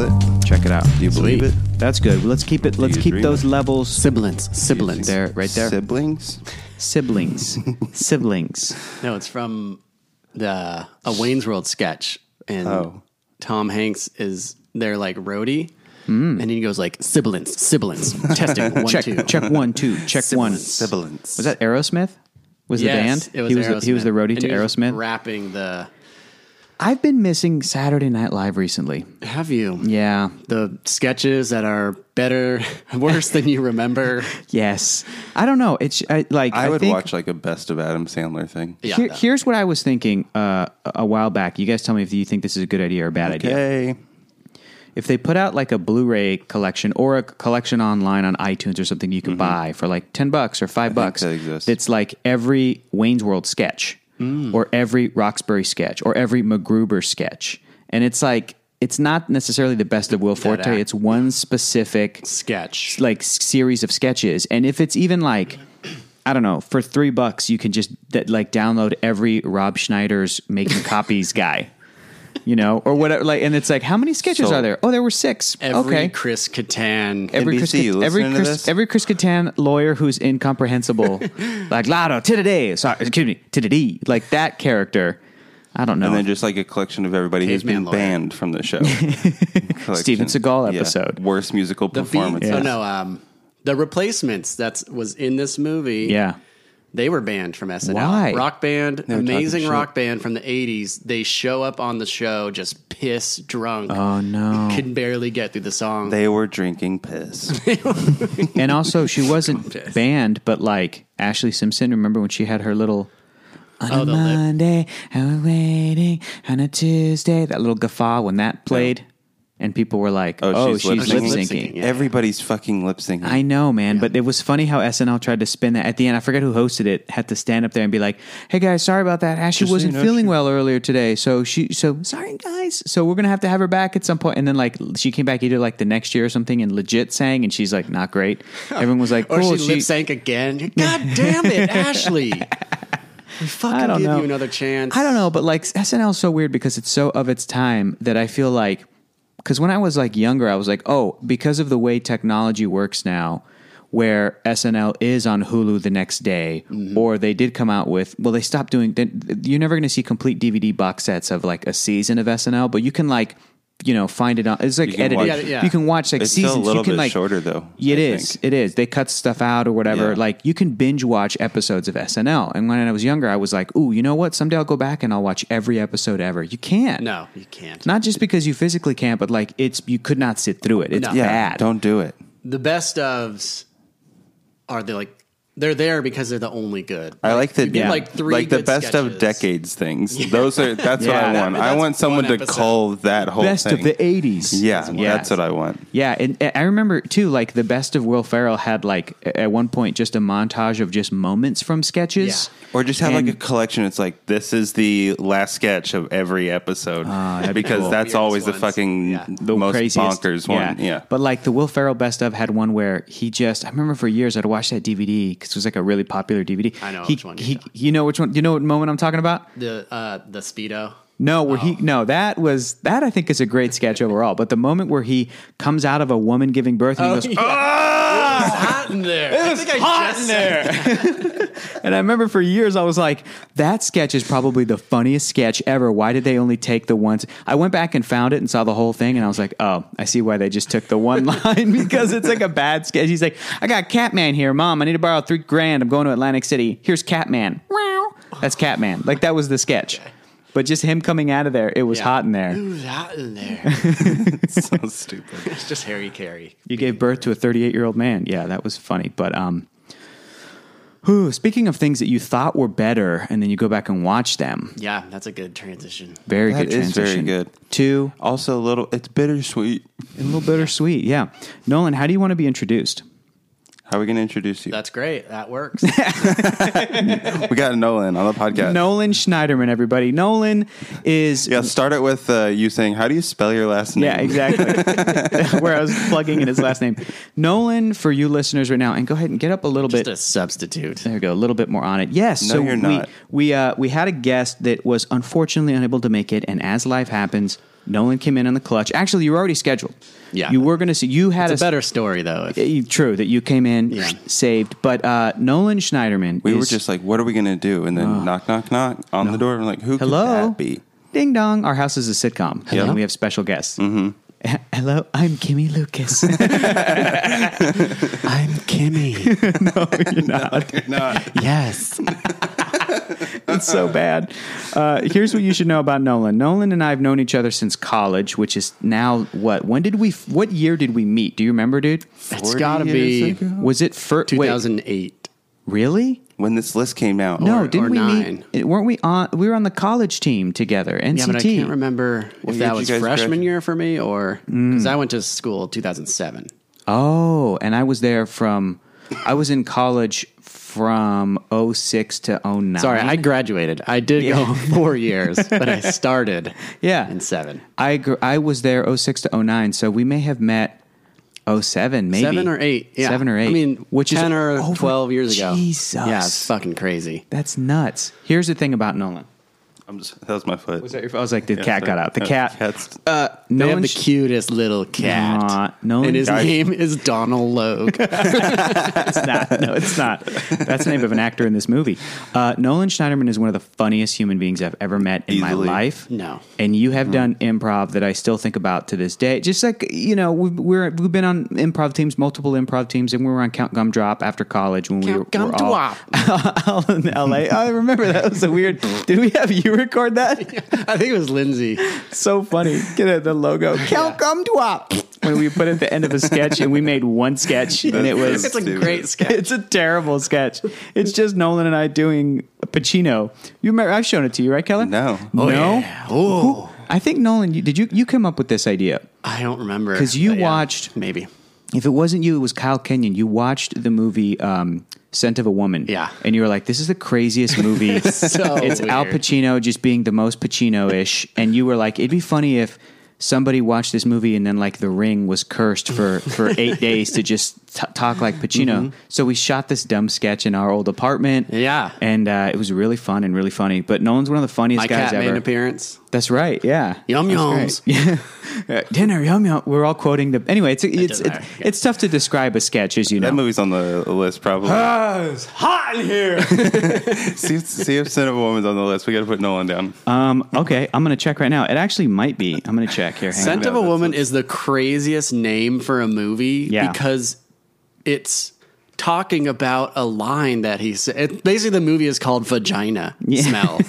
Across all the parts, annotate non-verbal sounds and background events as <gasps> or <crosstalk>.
it out. Do you believe it? That's good. Let's keep it. Let's you keep dream those it? levels Siblings. Siblings. there, right there. Siblings? <laughs> siblings, siblings. No, it's from the a Wayne's World sketch, and Oh. Tom Hanks is their like roadie, and he goes like sibilance, sibilance, testing one Hmm. <laughs> check, two. check one, <laughs> two, check one. Was Siblings. that Aerosmith? Was Yes, the band? It was he was the, he was the Aerosmith. roadie And to he was Aerosmith. rapping the. I've been missing Saturday Night Live recently. Have you? Yeah. The sketches that are better, <laughs> worse than you remember. Yes. I don't know. It's I, like I would think, watch like a best of Adam Sandler thing. Yeah. Here- here's what I was thinking uh, a- a while back. You guys tell me if you think this is a good idea or a bad idea. Okay. if they put out like a Blu-ray collection or a collection online on iTunes or something you can buy for like ten bucks or five bucks, Mm-hmm. that exists. Mm. that's like every Wayne's World sketch or every Roxbury sketch or every MacGruber sketch, and it's like it's not necessarily the best of Will Forte. act. It's one specific Sketch. like s- series of sketches, and if it's even like. I don't know. For three bucks, you can just that, like download every Rob Schneider's making <laughs> copies guy, you know, or whatever. Like, and it's like, how many sketches So- are there? Oh, there were six. Every okay, Chris Kattan. every Chris, NBC, you Kat- every listening to Chris, this? every Chris Kattan lawyer who's <laughs> incomprehensible, like Lotto today. Sorry, excuse me, today. Like that character. I don't know. And then just like a collection of everybody who's Caveman been lawyer. banned from the show. Steven Collection. Seagal Yeah. episode. Worst musical the beat. performances. Oh no. Um, the replacements that was in this movie. yeah, They were banned from SNL. Why? Rock band, amazing talking rock band from the 80s. They show up on the show just piss drunk. Oh, no. Can barely get through the song. They were drinking piss. and also <laughs> she wasn't banned, but like Ashley Simpson. Remember when she had her little. On Oh, a the lip. Monday, I was waiting on a Tuesday. That little guffaw when that played, and people were like, "Oh, Oh, she's she's, lip-syncing. lip Lip-syncing, syncing." yeah. Everybody's fucking lip syncing. I know, man, but it was funny how SNL tried to spin that at the end. I forget who hosted it had to stand up there and be like, "Hey guys, sorry about that. Ashley Just so wasn't you know, feeling she- well earlier today, so she so sorry guys. So we're gonna have to have her back at some point." And then like she came back either like the next year or something and legit sang, and she's like, "Not <laughs> great." Everyone was like, or "Cool." she, lip sank again. God damn it, Ashley. We fucking I don't give know. you another chance. I don't know, but like SNL is so weird because it's so of its time that I feel like because when I was like younger, I was like, oh, because of the way technology works now, where SNL is on Hulu the next day, Mm-hmm. or they did come out with well, they stopped doing. They, you're never going to see complete DVD box sets of like a season of SNL, but you can like. You know, find it on. It's like can edited. watch it. Yeah, yeah. You can watch like It's still a seasons. little you can bit like shorter, though, It I is. think. It is. They cut stuff out or whatever. Yeah. Like you can binge watch episodes of SNL. And when I was younger, I was like, "Ooh, you know what? Someday I'll go back and I'll watch every episode ever." You can't. No, you can't. Not just because you physically can't, but like it's you could not sit through it. It's No. yeah, bad. don't do it. the best ofs are they like, they're there because they're the only good. I like the You get, Yeah. like three like the good best of sketches. decades things. Those are that's Yeah. what I That- want. I that's want someone one to episode. cull that whole Best thing. of the eighties. yeah, that's what I want. Yeah, and and I remember too. Like the best of Will Ferrell had like a- at one point just a montage of just moments from sketches. Yeah. Or just have And- like a collection. It's like this is the last sketch of every episode Ah, that'd be because cool. that's Weirdest always the ones. fucking Yeah. the most bonkers one. Yeah, But like the Will Ferrell best of had one where he just I remember for years I'd watch that DVD because it was like a really popular DVD. I know he, which one you're He, talking you know which one? You know what moment I'm talking about? The, Oh. uh, the Speedo. No, where he no that was that I think is a great sketch overall. But the moment where he comes out of a woman giving birth and he goes, yeah. It's <laughs> Ah! hot in there. I think I just said And I remember for years I was like, that sketch is probably the funniest sketch ever. Why did they only take the ones? I went back and found it and saw the whole thing, and I was like, oh, I see why they just took the one <laughs> line because it's like a bad sketch. He's like, I got Catman here, mom. I need to borrow three grand. I'm going to Atlantic City. Here's Catman. Wow, that's Catman. Like that was the sketch. But just him coming out of there, it was Yeah. hot in there. It was hot in <laughs> there. so stupid. it's just Harry Carey. You gave birth to a 38 year old man. Yeah, that was funny. But um, whew, speaking of things that you thought were better, and then you go back and watch them. Yeah, that's a good transition. Very That good is transition. very good. Two, Also, a little it's bittersweet. a little bittersweet. Yeah. Nolan, how do you want to be introduced? How are we going to introduce you? That's great. That works. we got Nolan on the podcast. Nolan Schneiderman, everybody. Nolan is. Yeah, start it with uh, you saying, "How do you spell your last name?" Yeah, <laughs> exactly. Where I was plugging in his last name. Nolan, for you listeners right now, and go ahead and get up a little just bit. a substitute. There we go. A little bit more on it. Yes. No, so you're not. we we uh, we had a guest that was unfortunately unable to make it, and as life happens, Nolan came in on the clutch. Actually, you were already scheduled. Yeah. you were going to see. You had It's a a s- better story though. If, eh, True that you came in Yeah. saved, but uh, Nolan Schneiderman. We is, were just like, what are we going to do? And then knock, knock, knock on the door. I'm like, who hello. could that be? Ding dong! Our house is a sitcom, Hello? and we have special guests. Mm-hmm. <laughs> Hello, I'm Kimmy <laughs> Lucas. I'm <laughs> Kimmy. You're not. <laughs> yes. It's so bad. Uh, here's what you should know about Nolan. Nolan and I have known each other since college, which is now what? When did we? What year did we meet? Do you remember, dude? It's gotta 40 be years ago? Was it first? Wait, 2008. really? When this list came out. No, Or- didn't or we nine. meet? Weren't we on? We were on the college team together. NCT. Yeah, but I can't remember if year that did was you guys freshman graduate? year for me or because I went to school 2007. Oh, and I was there from. I was in college from 06 to 09. Sorry, I graduated. I did go four years, but I started Yeah. in seven. I gr- I was there 06 to 09, so we may have met 07, maybe Seven or eight. Yeah. seven or eight. I mean, which is 10 or over- 12 years ago. Jesus, Yeah, it's fucking crazy. that's nuts. Here's the thing about Nolan. I'm just, that was my foot. Was that your? I was like, the cat so- got out. The uh, cat. cat's- uh, They Nolan. have the sh- cutest little cat. Aw, no one and his does. name is Donald Logue. it's not. <laughs> No, it's not. That's the name of an actor in this movie. Uh, Nolan Schneiderman is one of the funniest human beings I've ever met in my Easily. life. No. Mm-hmm. and you have done improv that I still think about to this day. Just like you know, we've, we're we've been on improv teams, multiple improv teams, and we were on Count Gumdrop after college when Count <laughs> we were, were all, <laughs> Gumdrop. all in L.A. I remember that was a weird. Did we have you record <laughs> that? <laughs> I think it was Lindsay. so funny. Get it, the <laughs> logo. Count Gumdrop. When we put it at the end of a sketch, and we made one sketch, and it was <laughs> It's a Dude. great <laughs> sketch. it's a terrible sketch. It's just Nolan and I doing Pacino. You remember? I've shown it to you, right, Keller? No. no. Yeah. Oh, I think Nolan. You, did you you come up with this idea? I don't remember 'Cause you but yeah, watched- maybe. If it wasn't you, it was Kyle Kenyon. You watched the movie um, "Scent of a Woman." Yeah. and you were like, "This is the craziest <laughs> movie." So it's Al weird. Pacino just being the most Pacino-ish, and you were like, "It'd be funny if." Somebody watched this movie and then like The Ring was cursed for <laughs> for eight days to just t- talk like Pacino. So we shot this dumb sketch in our old apartment. Mm-hmm. Yeah. and uh, it was really fun and really funny. But Nolan's one of the funniest My guys cat made ever. an appearance. That's right. Yeah. Yum That's yums. great. <laughs> Yeah. Dinner, yum yum. We're all quoting the. Anyway, it's it's doesn't it's, matter. Yeah. it's tough to describe a sketch, as you That know. movie's on the list, probably. it's hot in here. <laughs> see, if- see if Cinema Woman's on the list. We got to put Nolan down. Um. Okay, I'm gonna check right now. It actually might be. I'm gonna check here. Hang on. Scent know, of a that's Woman is the craziest name for a movie Yeah. because it's talking about a line that he said. Basically, the movie is called Vagina <laughs> Smell.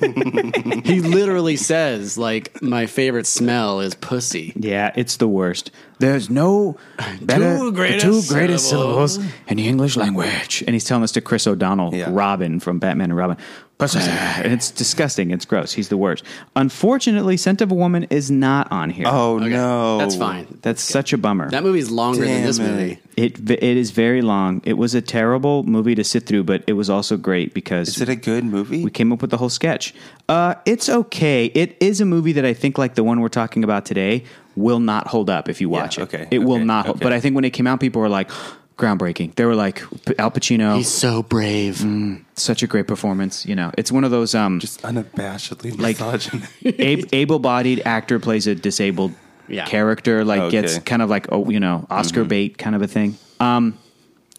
he literally says, like, my favorite smell is pussy. Yeah, it's the worst. There's no better Two the greatest two greatest syllables. syllables in the English language. And he's telling this to Chris O'Donnell, Yeah. Robin from Batman and Robin. Pussy. And it's disgusting. It's gross. He's the worst. Unfortunately, Scent of a Woman is not on here. Oh, no. That's fine. That's such a bummer. That movie's longer than Damn this it. movie. It v- it is very long. It was a terrible movie to sit through, but it was also great because Is it a good movie? we came up with the whole sketch. Uh, it's okay. It is a movie that I think, like the one we're talking about today, will not hold up if you watch it. okay, It will okay, not. Hold, okay. But I think when it came out, people were like. Groundbreaking. They were like Al Pacino, He's so brave. Mm. such a great performance. You know, it's one of those um, Just unabashedly Like- misogynistic. <laughs> ab- able-bodied actor plays a disabled Yeah. Mm-hmm. character, like Okay. gets kind of like oh, you know, Oscar bait kind of a thing. Um,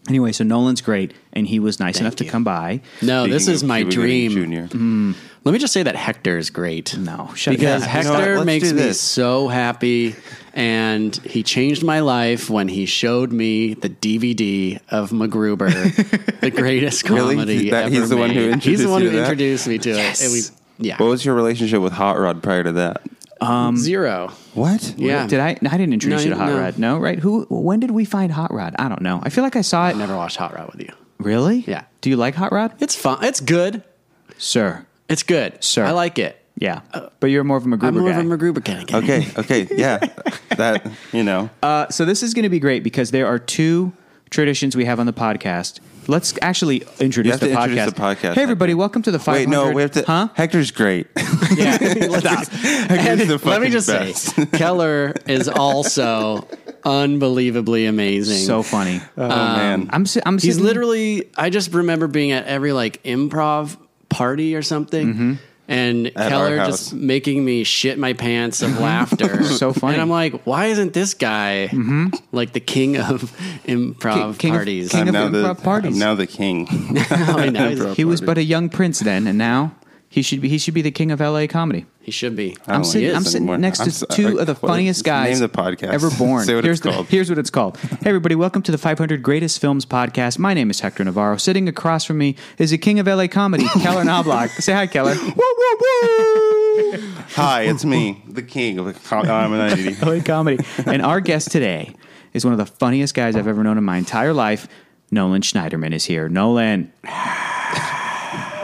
anyway, so Nolan's great, and he was nice enough to you. come by. No, this Speaking is of my Cuba Gooding dream. Junior. Let me just say that Hector is great. No, shut <laughs> because up. know what? Hector Let's makes do me this. so happy, and he changed my life when he showed me the DVD of <laughs> MacGruber, the greatest Really? comedy That- ever he's the one who made. He's introduced the one you who to that? introduced me to Yes. it. And we, yeah, What was your relationship with Hot Rod prior to that? Um, zero. What? Yeah, Did I? I didn't introduce No, you to Hot no. Rod. No, right? Who? When did we find Hot Rod? I don't know. I feel like I saw it. I never watched Hot Rod with you. Really? Yeah. Do you like Hot Rod, It's fun. It's good. sir? It's good. Sure. I like it. Yeah, but you're more of a MacGruber Uh, I'm more guy. of a MacGruber kind of guy. Okay, okay, yeah. that, you know. Uh, so this is going to be great because there are two traditions we have on the podcast. Let's actually introduce, have the, to podcast. introduce the podcast, Hey, everybody, Hector. welcome to the 500. Wait, no, we have to. Huh? Hector's great. Yeah. <laughs> Stop. Hector's the fucking Let me just best. say, Keller is also unbelievably amazing. so funny. Oh, man. I'm. si- I'm. He's sitting- Mm-hmm. literally. I just remember being at every like improv party or something, and At Keller our just house. making me shit my pants of laughter. Mm-hmm. <laughs> So funny. Mm-hmm. And I'm like, why isn't this guy like the king of <laughs> improv King- king of- parties? king I'm of now the improv parties. I'm now the king. I know, he's- Improv He was parties. but a young prince then, and now he should be he should be the king of LA comedy. he should be. I don't I'm like sitting. this I'm sitting anymore. next I'm to so- two like, of the what- funniest just name guys the podcast. ever born. <laughs> Say what here's it's the- called. here's what it's called. Hey everybody, welcome to the 500 Greatest Films podcast. My name is Hector Navarro. Sitting across from me is a king of LA comedy, Keller Knobloch. Say hi, Keller. Hi, it's me, the king of the co- I'm an ID. LA comedy, and our guest today is one of the funniest guys I've ever known in my entire life. Nolan Schneiderman is here. Nolan.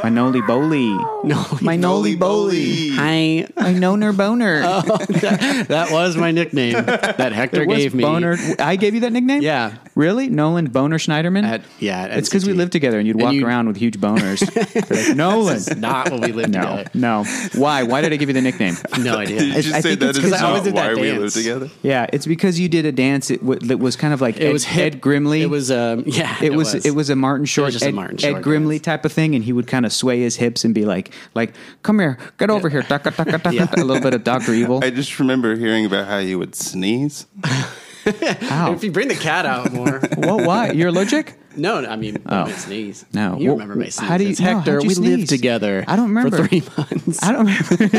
My Noli Boli. No, my Noli Boli. I <laughs> My Noner Boner. Oh, that was my nickname that Hector It was gave me. Boner. I gave you that nickname? Yeah. Really? Nolan Boner Schneiderman? At- yeah, at it's because we NCT. lived together and you'd And walk you- around with huge <laughs> boners. Be like, Nolan. Not when we lived No, together. no. Why? Why did I give you the <laughs> nickname? <laughs> No idea. I think it's 'cause I always did that we dance. live together? Yeah, it's because you did a dance that w- that was kind of like It Ed, was hip. Ed Grimley. It was um <laughs> yeah. It was, it was a Martin Short, just a Ed, Martin Ed Short Grimley dance. type of thing, and he would kind of sway his hips and be like, like, come here, get over here, tucka, tucka, tucka, Yeah. a little bit of Doctor Evil. I just remember hearing about how you would sneeze. Ow. If you bring the cat out more. What? Why? You're allergic? <laughs> No, no, I mean my sneeze. Oh. No. you Well, remember my sneeze? how do you- no, Hector? how'd you we sneeze? lived together. I don't remember. for three months. <laughs> I don't remember.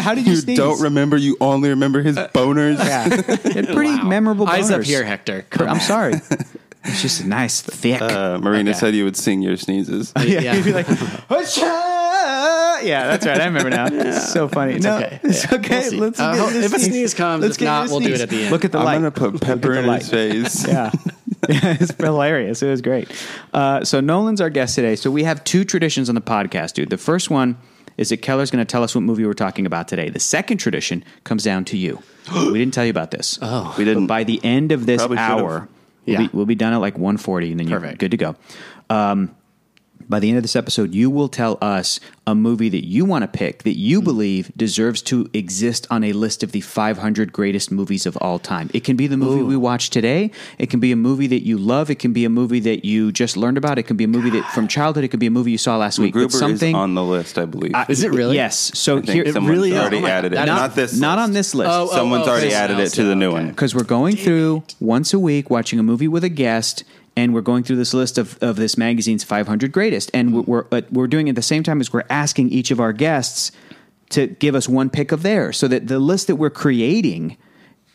How did you, You sneeze? don't remember. You only remember his boners. <laughs> Yeah, <laughs> They're pretty memorable. Boners. Eyes up here, <laughs> Hector. Come I'm on. sorry. <laughs> It's just a nice thick. Uh, Marina Okay. said you would sing your sneezes. <laughs> yeah, yeah. you'd be like, "Hushah!" yeah, that's right. I remember now. It's so funny. no, okay. it's Yeah. okay. We'll see. Let's Uh, get ho- this if a sneeze comes, if get not, this we'll do it at the end. Look at the I'm light. gonna put pepper the in his light. face. yeah. <laughs> yeah, it's hilarious. It was great. Uh, so Nolan's our guest today. So we have two traditions on the podcast, dude. The first one is that Keller's going to tell us what movie we're talking about today. The second tradition comes down to <gasps> you. we didn't tell you about this. Oh, We didn't. But by the end of this Probably should've. hour, we'll, Yeah. be, we'll be done at like 1:40, and then you're Perfect. good to go. Um, by the end of this episode, you will tell us a movie that you want to pick that Mm-hmm. you believe deserves to exist on a list of the 500 greatest movies of all time. It can be the movie we watch today. It can be a movie that you love. It can be a movie that you just learned about. It can be a movie that from childhood. It could be a movie you saw last week. <laughs> Gruber but something is on the list, I believe. I- Is it really? Yes. So I think here, someone's really is. already Oh my added God. it. Not- Not, this. not list. on this list. Oh, Someone's oh, already this added it list. to the new Okay. one. because we're going through once a week watching a movie with a guest and we're going through this list of, of this magazine's 500 greatest and we're, we're, but we're doing it at the same time as we're asking each of our guests to give us one pick of theirs so that the list that we're creating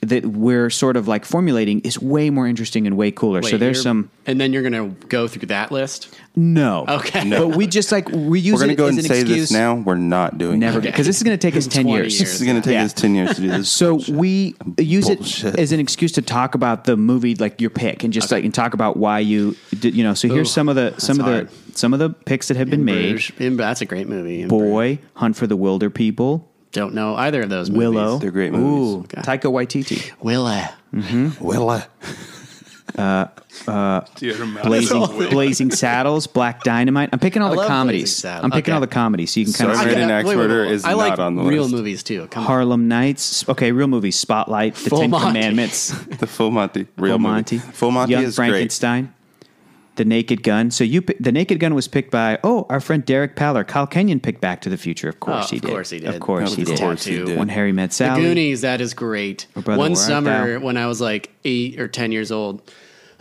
that we're sort of like formulating is way more interesting and way cooler Wait, so there's you're- some and then you're gonna go through that list. no Okay. No. but we just like we use We're gonna it go as and an say excuse this now. We're not doing never It. because this is going to take <laughs> us 10 20 years, This is gonna take Yeah. us ten years to do this. So we use Bullshit. it as an excuse to talk about the movie, like your pick, and just like and talk about why you did, you know. So here's Ooh, some of the some of hard. the some of the picks that have been made: Bruges. In- That's a great movie. In Bruges. Boy, Hunt for the Wilder People, Don't know either of those. Movies. Willow, They're great movies. Ooh, Okay. Taika <laughs> Waititi, Willow. <laughs> <laughs> Willa. Uh, Blazing, Blazing Saddles, Black Dynamite. I'm picking all the love comedies. Blazing Saddles. I'm picking Okay. all the comedies, so you can kind Sorry, of I Married an Axe Murderer is I like not on the real list. movies too. Come on. Harlem Nights. Okay, real movies: Spotlight, The Full Ten Monty. <laughs> Commandments. The Full Monty. Real Full movie. Monty. Full Monty Young is great. Frankenstein. The Naked Gun. So you, pi- the Naked Gun was picked by oh our friend Derek Paller. Kyle Kenyon picked Back to the Future. Of course Oh, he of did. course he did. Of course Of he did. course he did. When Harry Met The Sally. Goonies, that is great. Brother, One Where Art summer Thou? when I was like eight or 10 years old,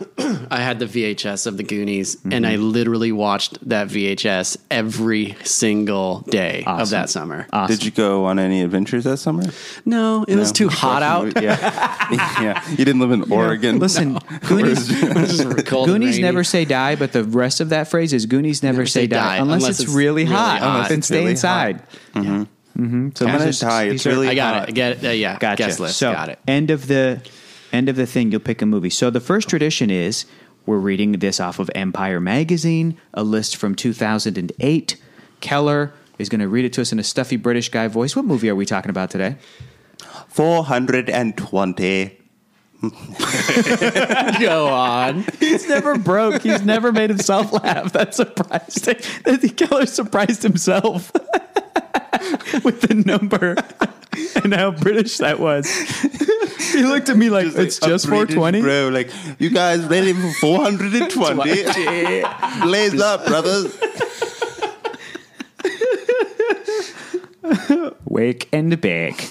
<clears throat> I had the VHS of the Goonies Mm-hmm. and I literally watched that VHS every single day of that summer. Uh, Did you go on any adventures <laughs> that summer? no, it was too hot out. Yeah. yeah. You didn't live in Oregon. <laughs> <laughs> Listen, Goonies. It was just cold and Goonies rainy. never say die, but the rest of that phrase is Goonies never, say, die, unless, it's, really hot. hot. Then It's stay really inside. Yeah. So I'm those gonna are- die. these It's are- really I got hot. it. I Get it. Uh, yeah. Gotcha. Guest list. So got it. end of the end of the thing, you'll pick a movie. So the first tradition is we're reading this off of Empire magazine, a list from 2008. Keller is going to read it to us in a stuffy British guy voice. What movie are we talking about today? 420. <laughs> Go on. He's never broke. He's never made himself laugh. That's surprised. <laughs> Keller surprised himself <laughs> with the number and how British that was. He looked at me like it's Like a just British 420. Bro, like, you guys ready <laughs> for 420? Blaze up, brothers. Wake and bake.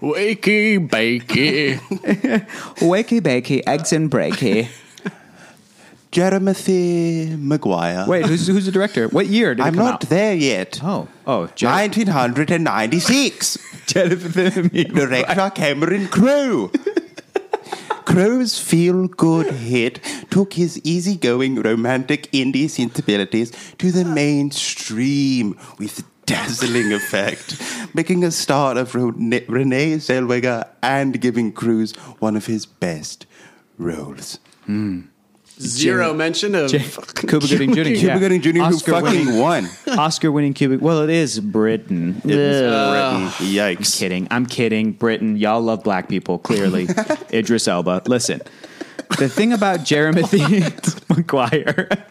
Wakey bakey. Wakey bakey, eggs and breaky. Jeremy Maguire. Wait, who's, who's the director? What year did it I'm come not out? there yet. Oh, oh, Jen- 1996. Jennifer. <laughs> Director Cameron Crowe. Crowe's feel good hit took his easygoing romantic indie sensibilities to the mainstream with dazzling effect, making a star of Rene- Renee Zellweger and giving Cruise one of his best roles. Zero mention of Cuba Gooding <laughs> Jr. Cuba Yeah. Gooding Jr., Oscar who fucking winning- won. Oscar winning Cuba. Well, it is Britain. It was Ugh. Britain. Yikes. kidding. uh, I'm kidding. Britain, y'all love black people, <laughs> clearly. Idris Elba. Listen, the thing about Jeremy <laughs> McGuire.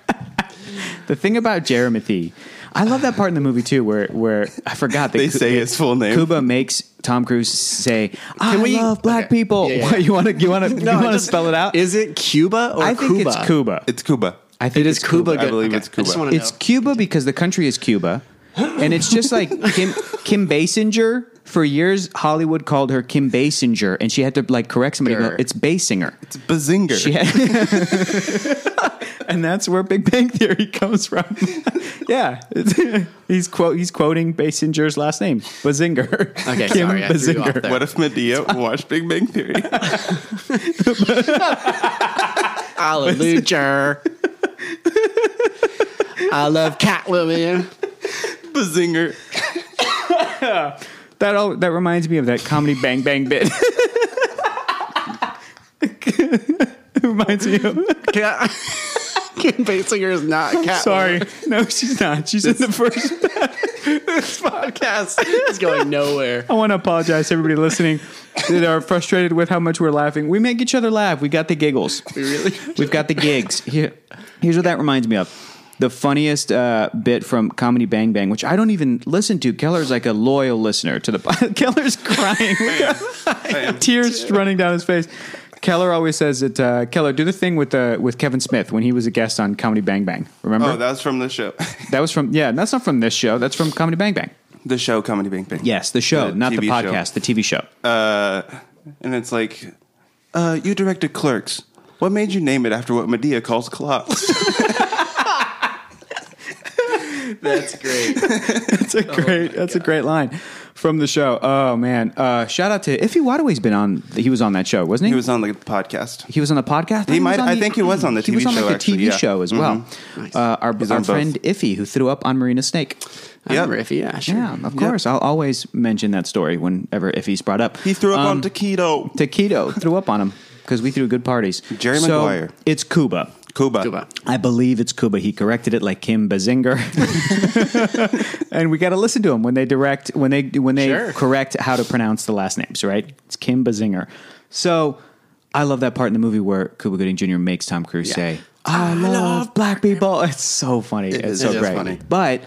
the thing about Jeremy, I love that part in the movie too, where where I forgot that They say his full name. Cuba makes Tom Cruise say, "I we- love black okay. people." Yeah, yeah. What, you want to you want to you want to spell it out? Is it Cuba or I think Cuba? it's Cuba. It's Cuba. I think It is it's Cuba. I believe it's I just Cuba. want to know. It's Cuba because the country is Cuba, and it's just like Kim Kim Basinger. For years, Hollywood called her Kim Basinger, and she had to like correct somebody. Sure. It's Basinger. It's Bazinger. She had, <laughs> and that's where Big Bang Theory comes from. <laughs> yeah, <laughs> he's quote he's quoting Basinger's last name, Bazinger. Okay, Kim sorry, I threw you off there. what if Medea watched Big Bang <laughs> Theory? Hallelujah. I love Catwoman. Bazinger. That all that reminds me of that comedy Bang Bang bit. <laughs> reminds me of. Cat- Kim Basinger is not Catwoman. Sorry, <laughs> no, she's not. She's in the first. <laughs> This podcast is going nowhere. I want to apologize to everybody listening that are frustrated with how much we're laughing. We make each other laugh. We got the giggles. We really. <laughs> We've got the <laughs> gigs. Here, here's what that reminds me of. The funniest uh, bit from Comedy Bang Bang, which I don't even listen to. Keller's like a loyal listener to the pod. <laughs> Keller's <laughs> crying. <laughs> Tears running down his face. Keller always says that uh, Keller do the thing with uh, with Kevin Smith when he was a guest on Comedy Bang Bang. Remember Oh, that's from the show. that was from yeah, that's not from this show. That's from Comedy Bang Bang. The show Comedy Bang Bang. Yes, the show, The not the TV show. podcast, the TV show. Uh, and it's like, uh, you directed Clerks. What made you name it after what Medea <laughs> calls clocks? That's great. <laughs> That's Oh a great. that's a great line from the show. Oh man! Uh, shout out to Iffy Wadaway's been on. He was on that show, wasn't he? he was on the podcast. He was on the podcast. He might- was on I think he was on the He was TV on like show, the actually, TV yeah. Mm-hmm. show as well. Uh, our He's our on both. friend Iffy who threw up on Marina Snake. I Yep. remember Iffy. Yeah, sure. Yeah, of course. I'll always mention that story whenever Iffy's brought up. He threw up Um, on taquito. Taquito threw up on him because we threw good parties. Jerry so Maguire. It's Cuba. Cuba. Cuba. I believe it's Cuba. He corrected it like Kim Bazinger. and we got to listen to him when they direct when they when they Sure. correct how to pronounce the last names, right? It's Kim Bazinger. So I love that part in the movie where Cuba Gooding Jr. makes Tom Cruise say, "I, love, black people." It's so funny. it's is. so It is great. funny. But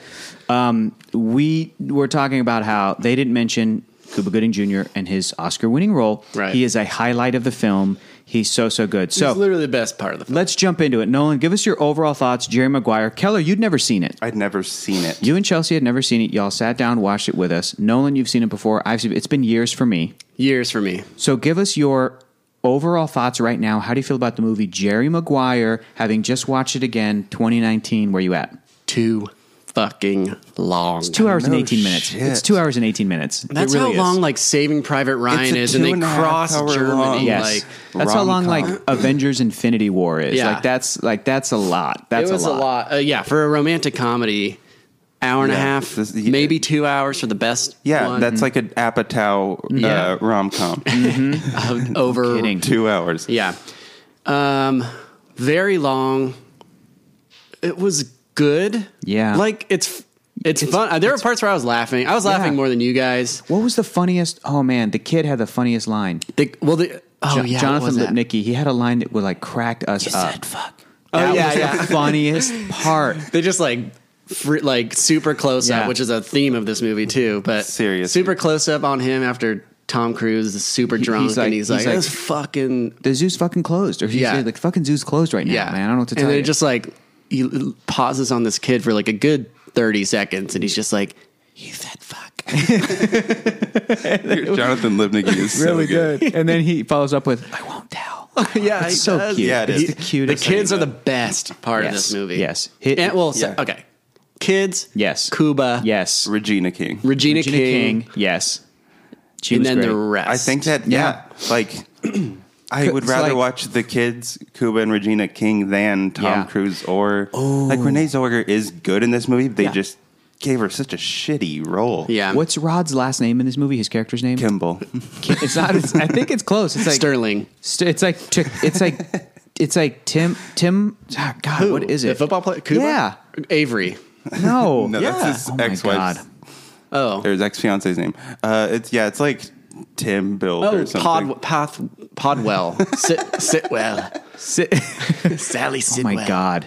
um, we were talking about how they didn't mention Cuba Gooding Jr. and his Oscar-winning role. Right. He is a highlight of the film. He's so so good. So It's literally the best part of the film. Let's jump into it. Nolan, give us your overall thoughts. Jerry Maguire. Keller, you'd never seen it. I'd never seen it. You and Chelsea had never seen it. Y'all sat down, watched it with us. Nolan, you've seen it before. I've seen it. It's been years for me. Years for me. So give us your overall thoughts right now. How do you feel about the movie Jerry Maguire, having just watched it again, 2019? Where you at? Too fucking long. Two hours and No 18 minutes. shit. It's two hours and 18 minutes. That's it really how long, Is. like Saving Private Ryan It's a is, and two they and a half cross hour Germany. long- Yes. Like that's how long like rom-com. Avengers Infinity War is. Yeah. Like that's like that's a lot. That's it was a lot. Uh, yeah, for a romantic comedy, hour and a Yeah. half, This- he- maybe two hours for the best. Yeah, one. that's like an Apatow Yeah. uh, rom <laughs> com. Uh, over. Kidding. Two hours. Yeah, um, very long. It was good. Yeah. like it's it's, fun. Uh, There were parts where I was laughing. I was laughing Yeah. more than you guys. What was the funniest? Oh man, the kid had the funniest line. The, well, the oh Jo- yeah, what Jonathan was that? Lipnicki, he had a line that would like cracked us up. fuck. that oh yeah, was <laughs> yeah. <laughs> the funniest part. they just like fr- like super close Yeah. up, which is a theme of this movie too. But Seriously. super close up on him after Tom Cruise is super drunk he's like- and he's, he's like, like- "This fucking The zoo's fucking closed, or he's Yeah. like, "Fucking zoo's closed right now, yeah, man. I don't know what to tell <laughs> and you." <laughs> And just like he pauses on this kid for like a good thirty seconds, and he's just like, you fat fuck. <laughs> <laughs> Jonathan <laughs> Lipnicki is really so good. good. and then he follows up with, I won't <laughs> tell. yeah, It's he so does. cute. Yeah, it it's is. the cutest. The kids are thing, the best part of this Yes. movie. Yes. Hit- and, well, so- Yeah. okay. Kids. Yes. Cuba. Yes. Regina King. Regina, Regina King. King. Yes. She And was then great. the rest. I think that yeah, like <clears throat> I would It's rather like- watch the kids Cuba and Regina King than Tom Yeah. Oh. Cruise or like Renee Zellweger is good in this movie. They Yeah. just gave her such a shitty role. Yeah. What's Rod's last name in this movie? His character's name? <laughs> Kimball. Kim- It's not. It's, I think it's close. It's like Sterling. St- it's like t- it's like it's like Tim Tim. ah, God, Who? what is The it? football player. Cuba. Yeah. Avery. No. No, yeah. that's his Oh my ex-wife's God. Oh. or his ex-fiance's name. Uh, it's yeah, it's like Tim Bill Oh, or something. Pod, Pod, <laughs> Podwell. sit, sit well. Si- <laughs> Sally oh Sidwell. my God.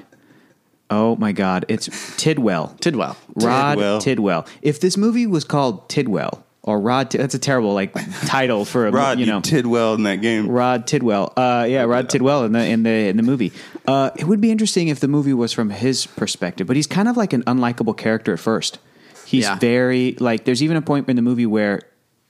Oh my God. It's Tidwell. Tidwell. Rod Tidwell. Tidwell. If this movie was called Tidwell or Rod, Tid- that's a terrible like <laughs> title for a mo- Rod, you know did well in that game. Rod Tidwell. Uh, yeah, Rod Tidwell in the in the in the movie. Uh, it would be interesting if the movie was from his perspective, but he's kind of like an unlikable character at first. He's Yeah. very like. There's even a point in the movie where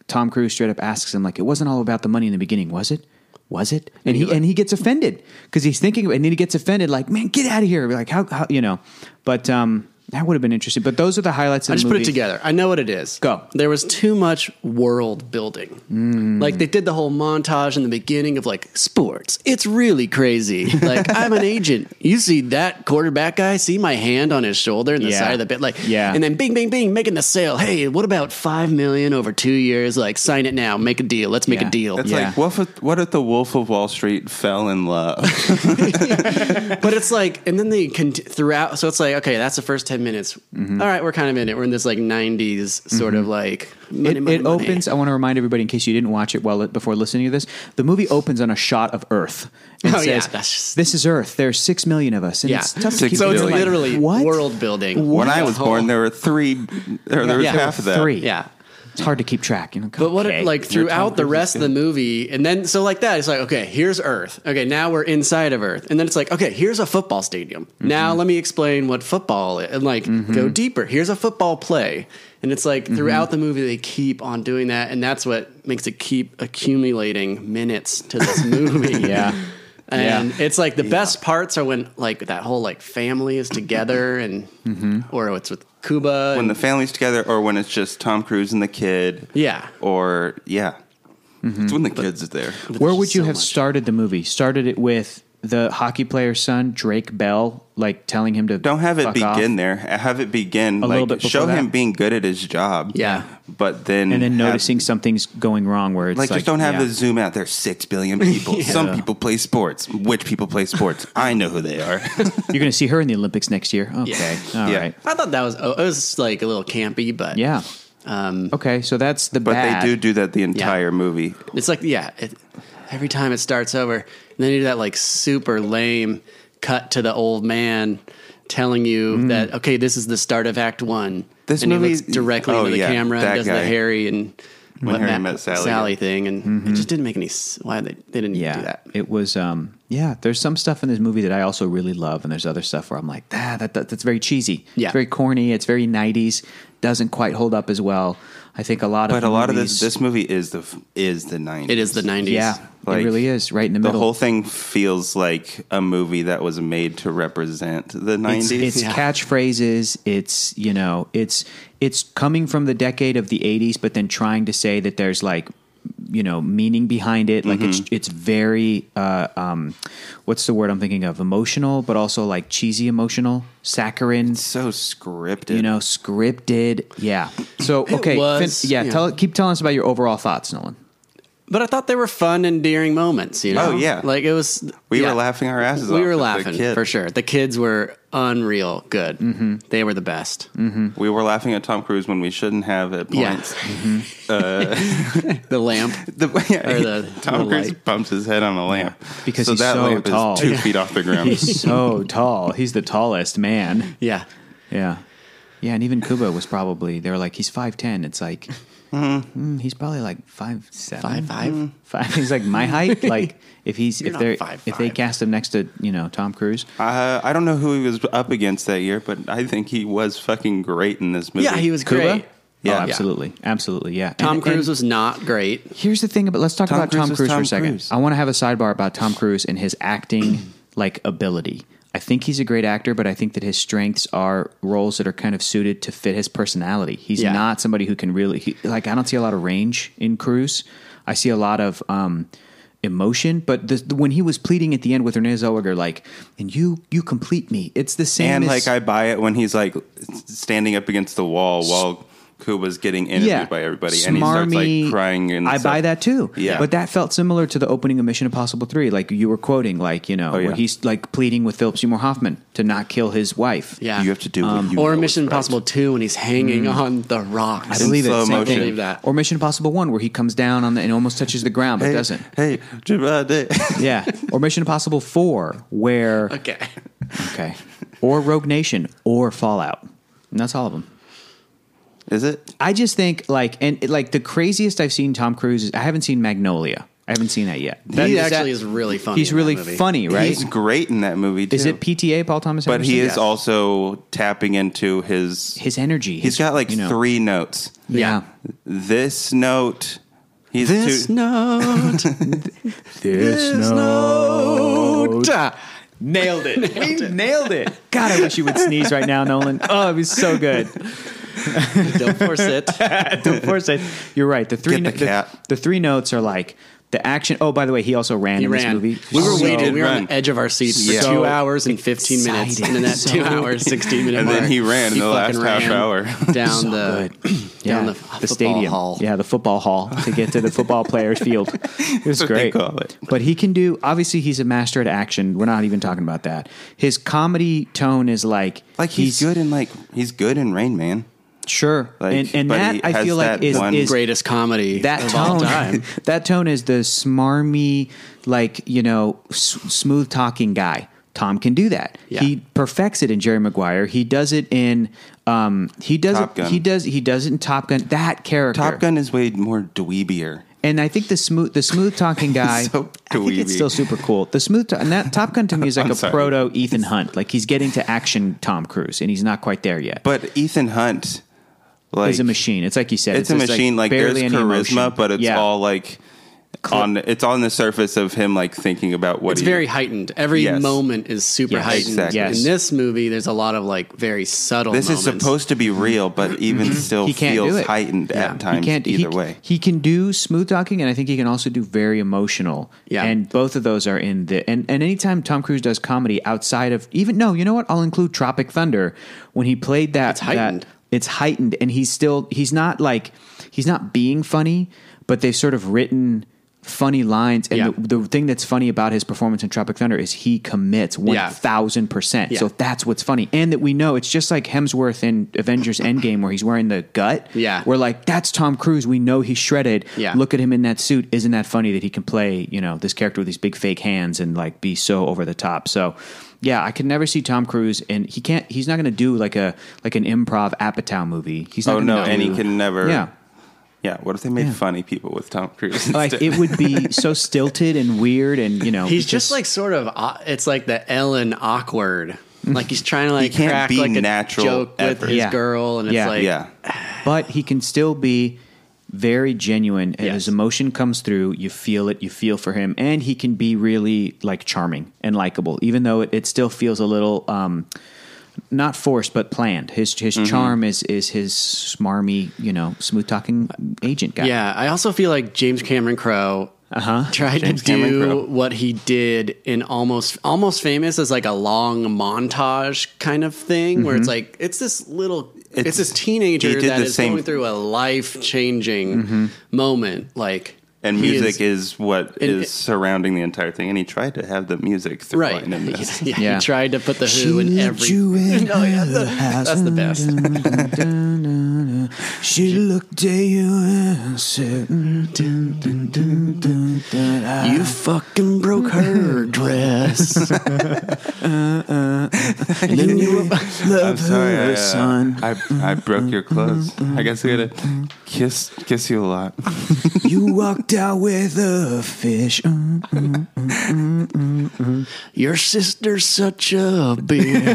Tom Cruise straight up asks him like, "It wasn't all about the money in the beginning, was it?" Was it? And he and he gets offended because he's thinking, and then he gets offended, like, "Man, get out of here!" Like, how, how you know? But um, that would have been interesting. But those are the highlights. of I the just put movie. it together. I know what it is. Go. Mm. There was too much world building. Like they did the whole montage in the beginning of like sports. It's really crazy. Like I'm <laughs> an agent. You see that quarterback guy? See my hand on his shoulder and the Yeah. side of the bit. Like Yeah. And then bing, bing, bing, making the sale. Hey, what about five million over two years? Like sign it now. Make a deal. Let's make Yeah. a deal. It's Yeah. like what if, what if the Wolf of Wall Street fell in love? <laughs> <laughs> but it's like, and then they cont- throughout. So it's like, okay, that's the first ten minutes. Mm-hmm. All right, we're kind of in it. We're in this like '90s sort of like. It, money, money, it money. opens. I want to remind everybody, in case you didn't watch it well before listening to this, the movie opens on a shot of Earth. and Oh, yeah, says, that's just- "This is Earth. There's six million of us, and Yeah. it's tough to Six keep." So it's Really? literally what? world building. when I was Whoa. born, there were three. There, there was Yeah. half of that. Three. Yeah. It's hard to keep track. You know, But what, okay. it like, throughout the rest of the movie, and then, so like that, it's like, okay, here's Earth. Okay, now we're inside of Earth. And then it's like, okay, here's a football stadium. Mm-hmm. Now let me explain what football is. And like, go deeper. Here's a football play. And it's like, Mm-hmm. throughout the movie, they keep on doing that. And that's what makes it keep accumulating minutes <laughs> to this movie. Yeah. And it's like the best parts are when like that whole like family is together and Mm-hmm. or it's with Cuba when and the family's together or when it's just Tom Cruise and the kid. Yeah. Or yeah. It's when the kids are there. Where would you so have much. started the movie? Started it with the hockey player's son, Drake Bell, like telling him to Don't have it fuck begin off? there. Have it begin like little bit before show him that. being good at his job. Yeah. But then and then have- noticing something's going wrong. Where it's like, like, just don't have yeah. the zoom out. There's six <laughs> billion people. Some people play sports. Which people play sports? I know who they are. You're going to see her in the Olympics next <laughs> year. Okay, all right. <laughs> Yeah. I thought that was oh, it was like a little campy, but yeah. um, Okay, so that's the but bad. they do do that the entire movie. it's like yeah. It, every time it starts over, and then you do that like super lame cut to the old man telling you that okay, this is the start of Act One. Mm-hmm. This and movie- he looks directly oh, into the yeah, camera that and does guy. the Harry and When what Harry Ma- Met Sally. Mm-hmm. thing, and it just didn't make any. s- Why they they didn't yeah do that? it was um yeah there's some stuff in this movie that i also really love and there's other stuff where i'm like ah, that, that that's very cheesy Yeah. it's very corny it's very 90s doesn't quite hold up as well i think a lot of But a lot of movies- this this movie is the f- is the nineties. It is the '90s. yeah like, it really is right in the, The middle whole thing feels like a movie that was made to represent the it's, nineties. it's Yeah. catchphrases it's you know it's it's coming from the decade of the 80s but then trying to say that there's like you know meaning behind it like it's it's very uh um what's the word i'm thinking of emotional but also like cheesy emotional saccharine so scripted. you know scripted yeah so okay was, fin- yeah, yeah. tell keep telling us about your overall thoughts nolan but I thought they were fun, endearing moments. You know, Oh, yeah. like it was. we yeah. were laughing our asses off. We were at the laughing kid. for sure. The kids were unreal good. Mm-hmm. They were the best. We were laughing at Tom Cruise when we shouldn't have at Yeah. Mm-hmm. points. Mm-hmm. <laughs> The lamp. The, yeah, Or the- <laughs> Tom the Cruise light. bumps his head on the lamp Because he's so lamp tall. is <laughs> two feet off the ground. he's so tall he's the tallest man Yeah. yeah yeah and even kuba was probably they were like he's 510 it's <laughs> like mm, he's probably like five seven. Five five. Five- he's like my <laughs> height like if he's Mm-hmm. You're if not they five if they five. cast him next to you know tom cruise Uh, I don't know who he was up against that year, but I think he was fucking great in this movie. Yeah, he was Cuba? great. Yeah, Yeah. absolutely, absolutely. Yeah, And- Tom and- Cruise was not great. Here's the thing about let's talk Tom about Tom Cruise Cruise was for a Tom second. Cruise. I want to have a sidebar about Tom Cruise and his acting <clears throat> like ability. I think he's a great actor, but I think that his strengths are roles that are kind of suited to fit his personality. He's Yeah. not somebody who can really he, like. I don't see a lot of range in Cruise. I see a lot of um, emotion, but the, the- when he was pleading at the end with Renee Zellweger, like, "And you, you complete me," it's the same. And as- like I buy it when he's like s- standing up against the wall while Kuba's getting interviewed by everybody, and he starts Smarmy- like crying. And I buy stuff. that too. Yeah. but that felt similar to the opening of Mission Impossible Three, like you were quoting, like you know, Oh, yeah. where he's like pleading with Philip Seymour Hoffman to not kill his wife. Yeah, You have to do what Um, you um, or know Mission is right. Mm. Impossible Two when he's hanging on the rocks. I believe it. slow Same thing. motion. Believe that. Or Mission Impossible One, where he comes down on the, and almost touches the ground but Hey, doesn't. Hey, <laughs> Javante. Yeah. Or Mission Impossible Four, where <laughs> Okay, okay, or Rogue Nation, or Fallout, and that's all of them. is it? I just think like and like the craziest I've seen Tom Cruise is I haven't seen Magnolia. I haven't seen that yet. That- he is that- actually is really funny. He's in that really movie. funny, right? He's great in that movie too. Is it PTA Paul Thomas? but he Anderson? is Yes. also tapping into his his energy. He's got like three notes. Yeah. This note. He's This too, note, This note. nailed it. we nailed it. God, I wish you would sneeze right now, Nolan. Oh, it'd be so <laughs> good. Don't force it. Don't force it. You're right. The three Get the no- cat. The, three notes are like the action. Oh, by the way, he also ran He in ran. this movie. We were So- waiting. We were on Run. the edge of our seats for Yeah. two So hours and fifteen minutes, excited. and then that So- two hours, sixteen minute And mark, then he ran in the fucking last half ran hour. <laughs> down the <clears throat> down the, football stadium hall. yeah the football hall to get <laughs> to the football players field it was That's what they great call it. but he can do obviously he's a master at action we're not even talking about that his comedy tone is like like he's, good in like he's good in Rain Man. sure Like, and, and but that he i has feel like that is, one is greatest comedy that of all tone time. <laughs> that tone is the smarmy like you know s- smooth talking guy tom can do that Yeah. he perfects it in jerry maguire he does it in um he does Top it Gun. he does he does it in top gun that character Top Gun is way more dweebier. and I think the smooth, the smooth <laughs> talking guy, So I think it's dweeby. still super cool. The smooth and that Top Gun to <laughs> me is like I'm a sorry. proto Ethan Hunt. Like he's getting to action Tom Cruise, and he's not quite there yet. But Ethan Hunt, like it's a machine. It's like you said. It's, a just, machine. Like, there's barely any charisma, emotion. but it's Yeah. all like on. It's on the surface of him like thinking about what It's he. very heightened. Every Yes. moment is super Yes. heightened. Exactly. Yes. In this movie, there's a lot of like very subtle. this is moments. supposed to be real, but even still Mm-hmm. He can't do feels it. heightened Yeah. He at times. He can't either he, way, He can do smooth talking, and I think he can also do very emotional. Yeah. and both of those are in the and and anytime Tom Cruise does comedy outside of even no, you know what? I'll include Tropic Thunder when he played that. It's heightened. it's heightened, and he's still he's not like he's not being funny, but they've sort of written. Funny lines, and Yeah. the, the thing that's funny about his performance in Tropic Thunder is he commits one Yeah. thousand percent. Yeah. So that's what's funny, and that we know it's just like Hemsworth in Avengers Endgame, where he's wearing the gut. Yeah. we're like, that's Tom Cruise. We know he's shredded. Yeah. look at him in that suit. Isn't that funny that he can play you know this character with these big fake hands and like be so over the top? So yeah, I could never see Tom Cruise, and he can't. He's not going to do like a like an improv Apatow movie. He's not Oh, gonna no, do- and he can never- Yeah. yeah. What if they made funny people with Tom Cruise? Like instead? it would be so stilted and weird, and you know He's it's just like sort of. au- It's like the Ellen awkward. Like he's trying to like can't crack be like a natural joke with ever. his Yeah. girl, and it's Yeah. like yeah. but he can still be very genuine and Yes. his emotion comes through you feel it you feel for him and he can be really like charming and likable even though it, it still feels a little um not forced but planned his his charm is is his smarmy you know smooth talking agent guy Yeah, I also feel like James Cameron Crowe tried to Uh-huh. Cameron do Crowe. what he did in almost almost famous as like a long montage kind of thing, where it's like it's this little, it's, Mm-hmm. It's- this he teenager did that the is same- Mm-hmm. going through a life changing moment, like And he music is, what is and- surrounding the entire thing. And he tried to have the music through right. line <laughs> <laughs> in Yeah, this. yeah, Yeah. he tried to put the who in every. <laughs> No, yeah, that's the best. <laughs> she looked at you and said "Mm, You fucking broke <laughs> her dress. and then <laughs> you I'm sorry, I, uh, son. I, I broke your clothes. I guess I gotta kiss kiss you a lot. you walked out with a fish uh, Your sister's such a bitch.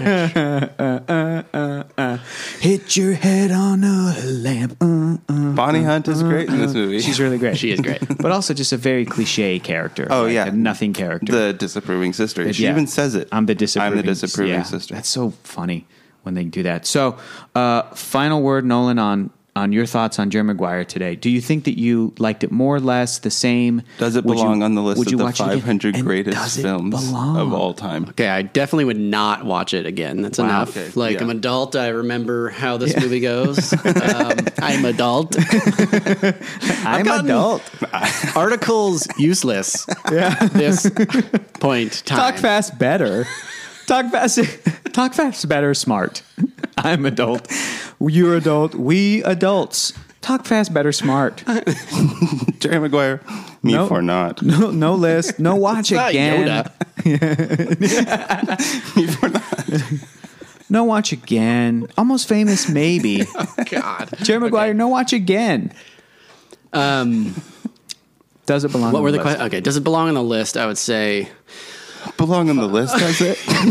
Hit your head on a lamp. Uh, uh. Bonnie Hunt is great in this movie. <laughs> She's really great. She is great. <laughs> but also just a very cliche character. Oh, like yeah. a nothing character. the disapproving sister. she Yeah. even says it. I'm the disapproving. I'm the disapproving yeah. sister. That's so funny when they do that. So, uh, final word, Nolan, on on your thoughts on Jerry Maguire today. Do you think that you liked it more or less, the same? Does it Would you- belong on the list would of you the watch it again? 500 And greatest does it films belong? of all time? <laughs> Okay, I definitely would not watch it again. That's enough. Okay, Like yeah. I'm adult. I remember how this movie <laughs> goes. um, I'm adult. I'm gotten- adult. Articles useless. Yeah. This point time. Talk fast, better. Talk fast. Talk fast, better. Smart. I'm adult. You're adult. We adults. Talk fast, better. Smart. Jerry Maguire, me No. for not. No, no list. No watch not again. Ah, Yoda. No watch again. Almost famous, <laughs> maybe. <laughs> God. Jerry Maguire, no watch again. Um, Does it belong? what on were the list? questions? Okay, does it belong on the list? I would say Belong on the list, does <laughs> it? I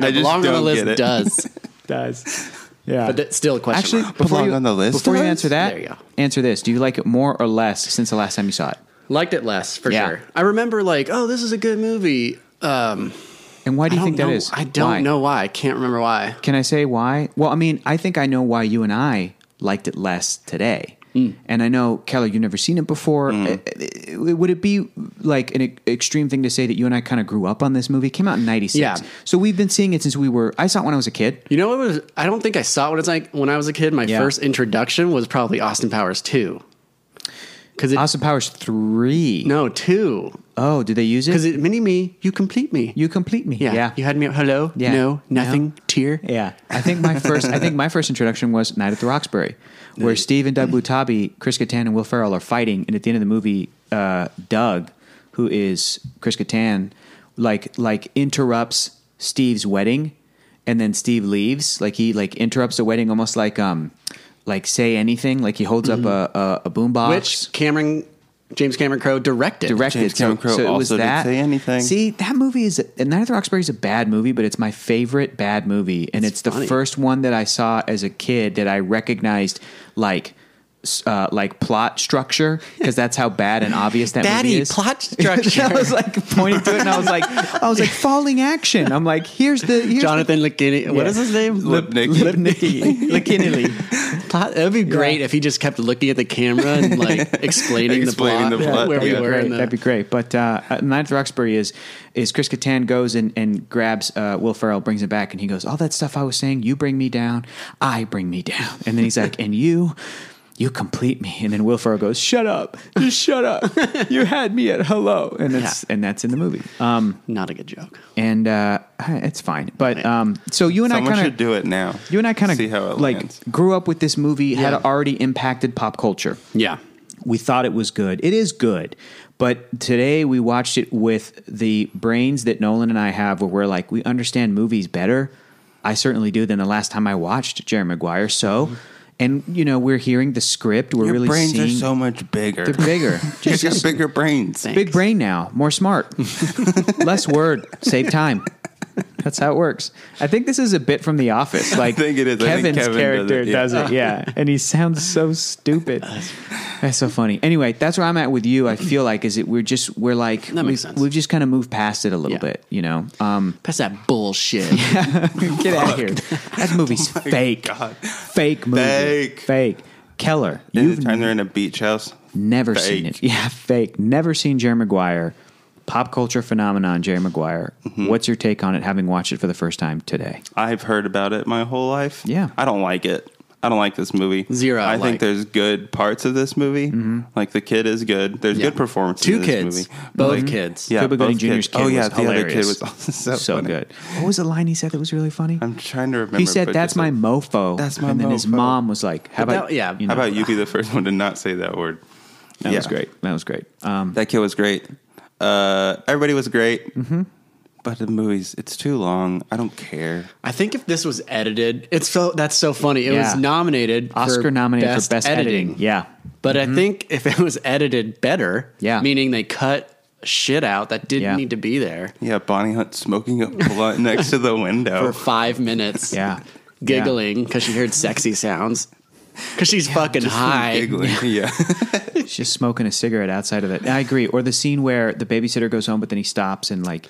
just belong on the don't list get it. <laughs> does, Does. Yeah. but that's still a question. Actually, mark. before Belong you, on the list Before you does? answer that, There you go. answer this. Do you like it more or less since the last time you saw it? liked it less for Yeah. sure. I remember like, oh, this is a good movie. Um, And why do I you don't think know. that is? I don't Why? know why. I can't remember why. Can I say why? Well, I mean, I think I know why you and I liked it less today. Hmm. And I know, Keller, you've never seen it before. Uh, uh, Would it be like an e- extreme thing to say that you and I kind of grew up on this movie? It came out in 96. Yeah. So we've been seeing it since we were, I saw it when I was a kid. You know what was? I don't think I saw it when it's like when I was a kid. My Yeah. first introduction was probably Austin Powers two. Because it Austin Powers 3. no two Oh, did they use because it? it mini me you complete me You complete me. yeah. Yeah. you had me at hello Yeah. no nothing tear Yeah, <laughs> I think my first I think my first introduction was Night at the Roxbury, where Steve and Doug Butabi, Chris Kattan and Will Ferrell are fighting, and at the end of the movie, uh, Doug, who is Chris Kattan, like like interrupts Steve's wedding, and then Steve leaves. Like he like interrupts the wedding, almost like um like say anything. Like he holds up a a, a boombox. which Cameron James Cameron Crowe directed Directed. James Cameron so, Crowe so it also was didn't that. say anything. See, that movie is and Night at the Roxbury is a bad movie, but it's my favorite bad movie, and it's, the funny. first one that I saw as a kid that I recognized like s- uh, like plot structure because that's how bad and obvious that Daddy movie is. plot structure. <laughs> I was like pointing to it, and I was like, I was like falling action. I'm like, here's the here's Jonathan Lipkin. What is his name? Lipnick. Lipnicki. <laughs> Lipkinily. Plot. That'd be great if he just kept looking at the camera <laughs> and like explaining, Explaining the plot, the plot, where we That'd be yeah. were. great. in the- That'd be great. But uh, uh, Night at the Roxbury is is Chris Kattan goes and, and grabs uh, Will Ferrell, brings him back, and he goes, "All that stuff I was saying, you bring me down, I bring me down." And then he's like, "And you." You complete me, and then Will Ferrell goes, "Shut up, just shut up. You had me at hello," and that's and that's in the movie. Um, Not a good joke. and uh, it's fine, but um, so you and Someone I kind should of do it now. you and I kind see how it of like lands. grew up with this movie, had Yeah. already impacted pop culture. Yeah. We thought it was good. It is good. But today we watched it with the brains that Nolan and I have where we're like, we understand movies better. I certainly do than the last time I watched Jerry Maguire. So, and you know, we're hearing the script. We're Mm-hmm. Your really brains seeing are so much bigger. <laughs> they're bigger. You Just, got just bigger brains. big brain now, more <laughs> smart, less word, save time. That's how it works. I think this is a bit from The Office. Like think it is. I think Kevin's Kevin character does does it, yeah. and he sounds so stupid. That's so funny. Anyway, that's where I'm at with you. I feel like is it we're just we're like That we've, makes sense. we've just kind of moved past it a little Yeah. bit, you know. <laughs> Um, Pass that bullshit. get out of here. That <laughs> movie's fake, Oh God. fake movie, Fake. fake. Keller, you've Anytime they're in a beach house, Never Fake. seen it. Yeah, fake. Never seen Jerry Maguire. Pop culture phenomenon, Jerry Maguire. Mm-hmm. What's your take on it, having watched it for the first time today? I've heard about it my whole life. Yeah. I don't like it. I don't like this movie. Zero I like. think there's good parts of this movie. Mm-hmm. Like the kid is good. There's Yeah. good performances. Two in this kids. Movie. Both Mm-hmm. kids. Yeah, Cuba Gooding both Jr.'s kids. kid Oh yeah, was the other kid hilarious. was also <laughs> so, so funny. good. What was the line he said that was really funny? I'm trying to remember. he said, but "That's just- my mofo." That's my And then his mofo. mom was like, "How But about that- yeah. How about you be the first one to not say that word? That Yeah. was great. That was great. Um, That kid was great. Uh, everybody was great. Mm-hmm. But the movies, it's too long. I don't care. I think if this was edited, it's so that's so funny. It Yeah. was nominated Oscar for nominated best for best editing. Yeah, Mm-hmm. But I think if it was edited better, Yeah. meaning they cut shit out that didn't Yeah. need to be there Yeah, Bonnie Hunt smoking a <laughs> blunt next to the window. for five minutes. <laughs> Yeah. Giggling because she heard sexy sounds. Because she's fucking high. <laughs> Giggling. <laughs> Yeah. She's just smoking a cigarette outside of it. I agree. Or the scene where the babysitter goes home, but then he stops and like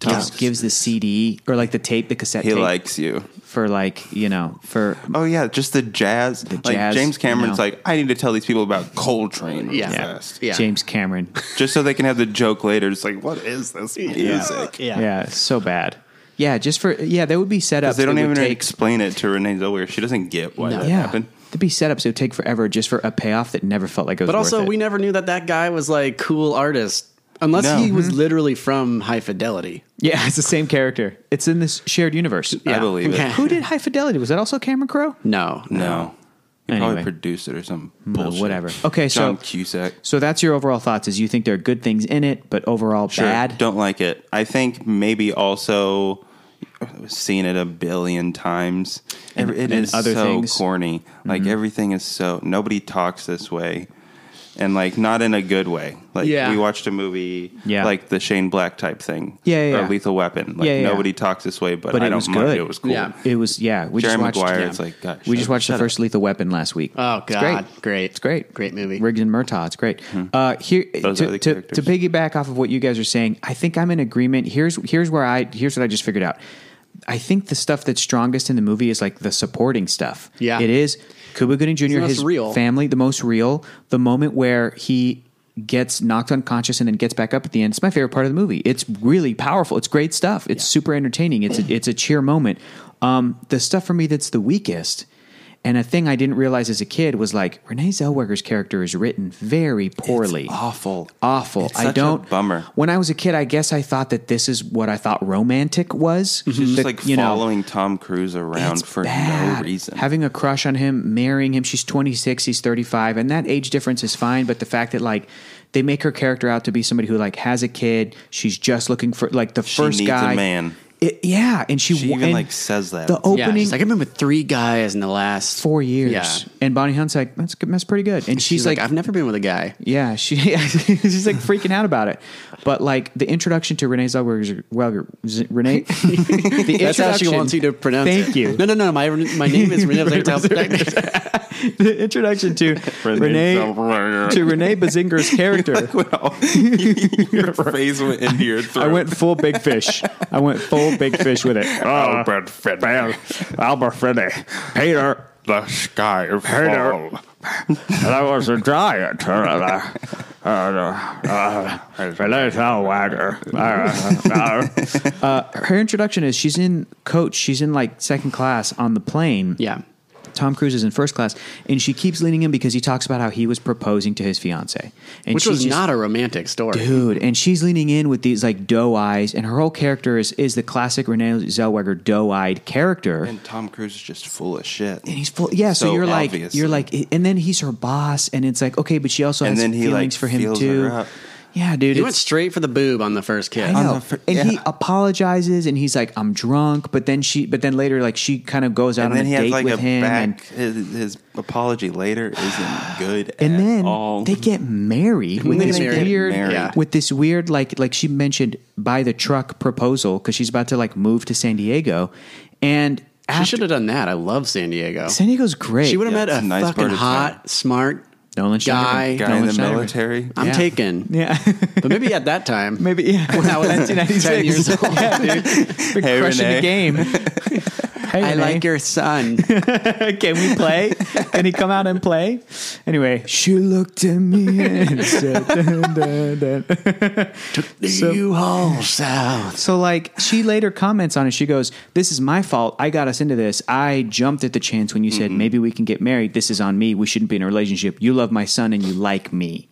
gives, Tops. gives the CD or like the tape, the cassette he tape likes you. for like you know for Oh yeah, just the jazz. like jazz, James Cameron's you know. like, I need to tell these people about Coltrane. real Yeah. fast." Yeah. James Cameron. Just so they can have the joke later. It's like, what is this music? Yeah. so bad. Yeah, just for yeah, there would be setups. Because they don't that would even take, explain it to Renee Zellweger. She doesn't get why No. that yeah. happened. There'd be setups that would take forever just for a payoff that never felt like it was. But also, worth it. we never knew that that guy was like cool artist unless No. he Mm-hmm. was literally from High Fidelity. <laughs> yeah, it's the same character. It's in this shared universe. I believe it. Yeah. Who did High Fidelity? Was that also Cameron Crowe? No, No. He Anyway. Hmm, probably produced it or some <laughs> bullshit. whatever. Okay, so- John Cusack. So that's your overall thoughts. Is you think there are good things in it, but overall Sure. bad? Don't like it. I think maybe also I've seen it a billion times. And- Every- it and is other so things. Mm-hmm. corny. Like everything is so nobody talks this way. And like not in a good way. Like Yeah. we watched a movie Yeah. like the Shane Black type thing. Yeah, yeah, Or yeah. Lethal Weapon. Like Yeah, yeah, yeah. nobody talks this way, but, But I it don't was mind good. it was cool. Yeah. It was yeah. We Jerry just watched. Maguire, yeah. it's like, God, we shut just up, watched the shut first Lethal Weapon last week. Oh, It's God. great. Great. It's great. Great movie. Riggs and Murtaugh. It's great. Uh, here Mm-hmm. Those are to, the to, to characters. piggyback off of what you guys are saying. I think I'm in agreement. Here's here's where I here's what I just figured out. I think the stuff that's strongest in the movie is like the supporting stuff. Yeah. it is. Cuba Gooding Jr. most His real. family, the most real. The moment where he gets knocked unconscious and then gets back up at the end. It's my favorite part of the movie. It's really powerful. It's great stuff. It's super entertaining. It's <clears throat> a, it's a cheer moment. Um, the stuff for me that's the weakest. And a thing I didn't realize as a kid was like Renee Zellweger's character is written very poorly. awful. Awful. It's I such a don't bummer. When I was a kid, I guess I thought that this is what I thought romantic was. She's The- just like following Tom Cruise around it's for bad. no reason. Having a crush on him, marrying him. She's 26, he's 35, and that age difference is fine. But the fact that like they make her character out to be somebody who like has a kid, she's just looking for like the first needs a guy, man. It- yeah, and she, She even, and like, says that. the Yeah, opening. she's like I've been with three guys in the last Four years, Yeah. and Bonnie Hunt's like that's good- that's pretty good, and she's, She's like, like I've never been with a guy. yeah, she <laughs> she's like freaking out about it. But like the introduction to Renee Zellweger, Welger, Z- Renee. the <laughs> That's how she introduction- wants you to pronounce it. Thank you. No, no, no. My my name is <laughs> Renee. Zellweger. <laughs> the introduction to Renee, Renee Zellweger. to Renee Bazinger's <laughs> character. Your face went into your <laughs> throat. I went full big fish. I went full big fish with it. <laughs> Albert Finney. Uh, Albert Finney, Peter, The sky Peter, fell. that was a giant. Uh, uh, uh, <laughs> uh, Renee Zellweger. Uh, uh, Her introduction is she's in coach. She's in like second class on the plane. yeah, Tom Cruise is in first class, and she keeps leaning in because he talks about how he was proposing to his fiance, and which she was just- not a romantic story. dude. And she's leaning in with these like doe eyes, and her whole character is is the classic Renee Zellweger doe eyed character. And Tom Cruise is just full of shit. and he's full. Yeah, so, So you're like, obvious. you're like, and then he's her boss, and it's like, okay, but she also And has then he, feelings like, for him feels too. her up. Yeah, dude, He went it's- straight for the boob on the first kiss. I on know. the fir- and he yeah. apologizes, and he's like, "I'm drunk," but then she, but then later, like she kind of goes out and on then a he date has like with a him, and, back. His, his apology later isn't good. and at then all. they get married with they this get married. weird, Married. Yeah. with this weird, like like she mentioned, by the truck proposal because she's about to like move to San Diego, and She after, should have done that. I love San Diego. San Diego's great. She would have Yeah, met it's a a nice fucking part of hot, town. smart Nolan guy. Schneiderman. guy in Nolan the Schneiderman. military. I'm Yeah. taken. <laughs> <laughs> Yeah. But maybe at that time. Maybe yeah. When <laughs> I was 10 years old. <laughs> yeah, dude. You're Hey, crushing the Renee. <laughs> game. I eh? like your <laughs> son. Can we play? Can he come out and play? Anyway, she looked at me and <laughs> said, dun, dun, dun. So- you all south. So, like, she later comments on it. She goes, This is my fault. I got us into this. I jumped at the chance when you said, Mm-hmm. Maybe we can get married. This is on me. We shouldn't be in a relationship. You love my son and you like me.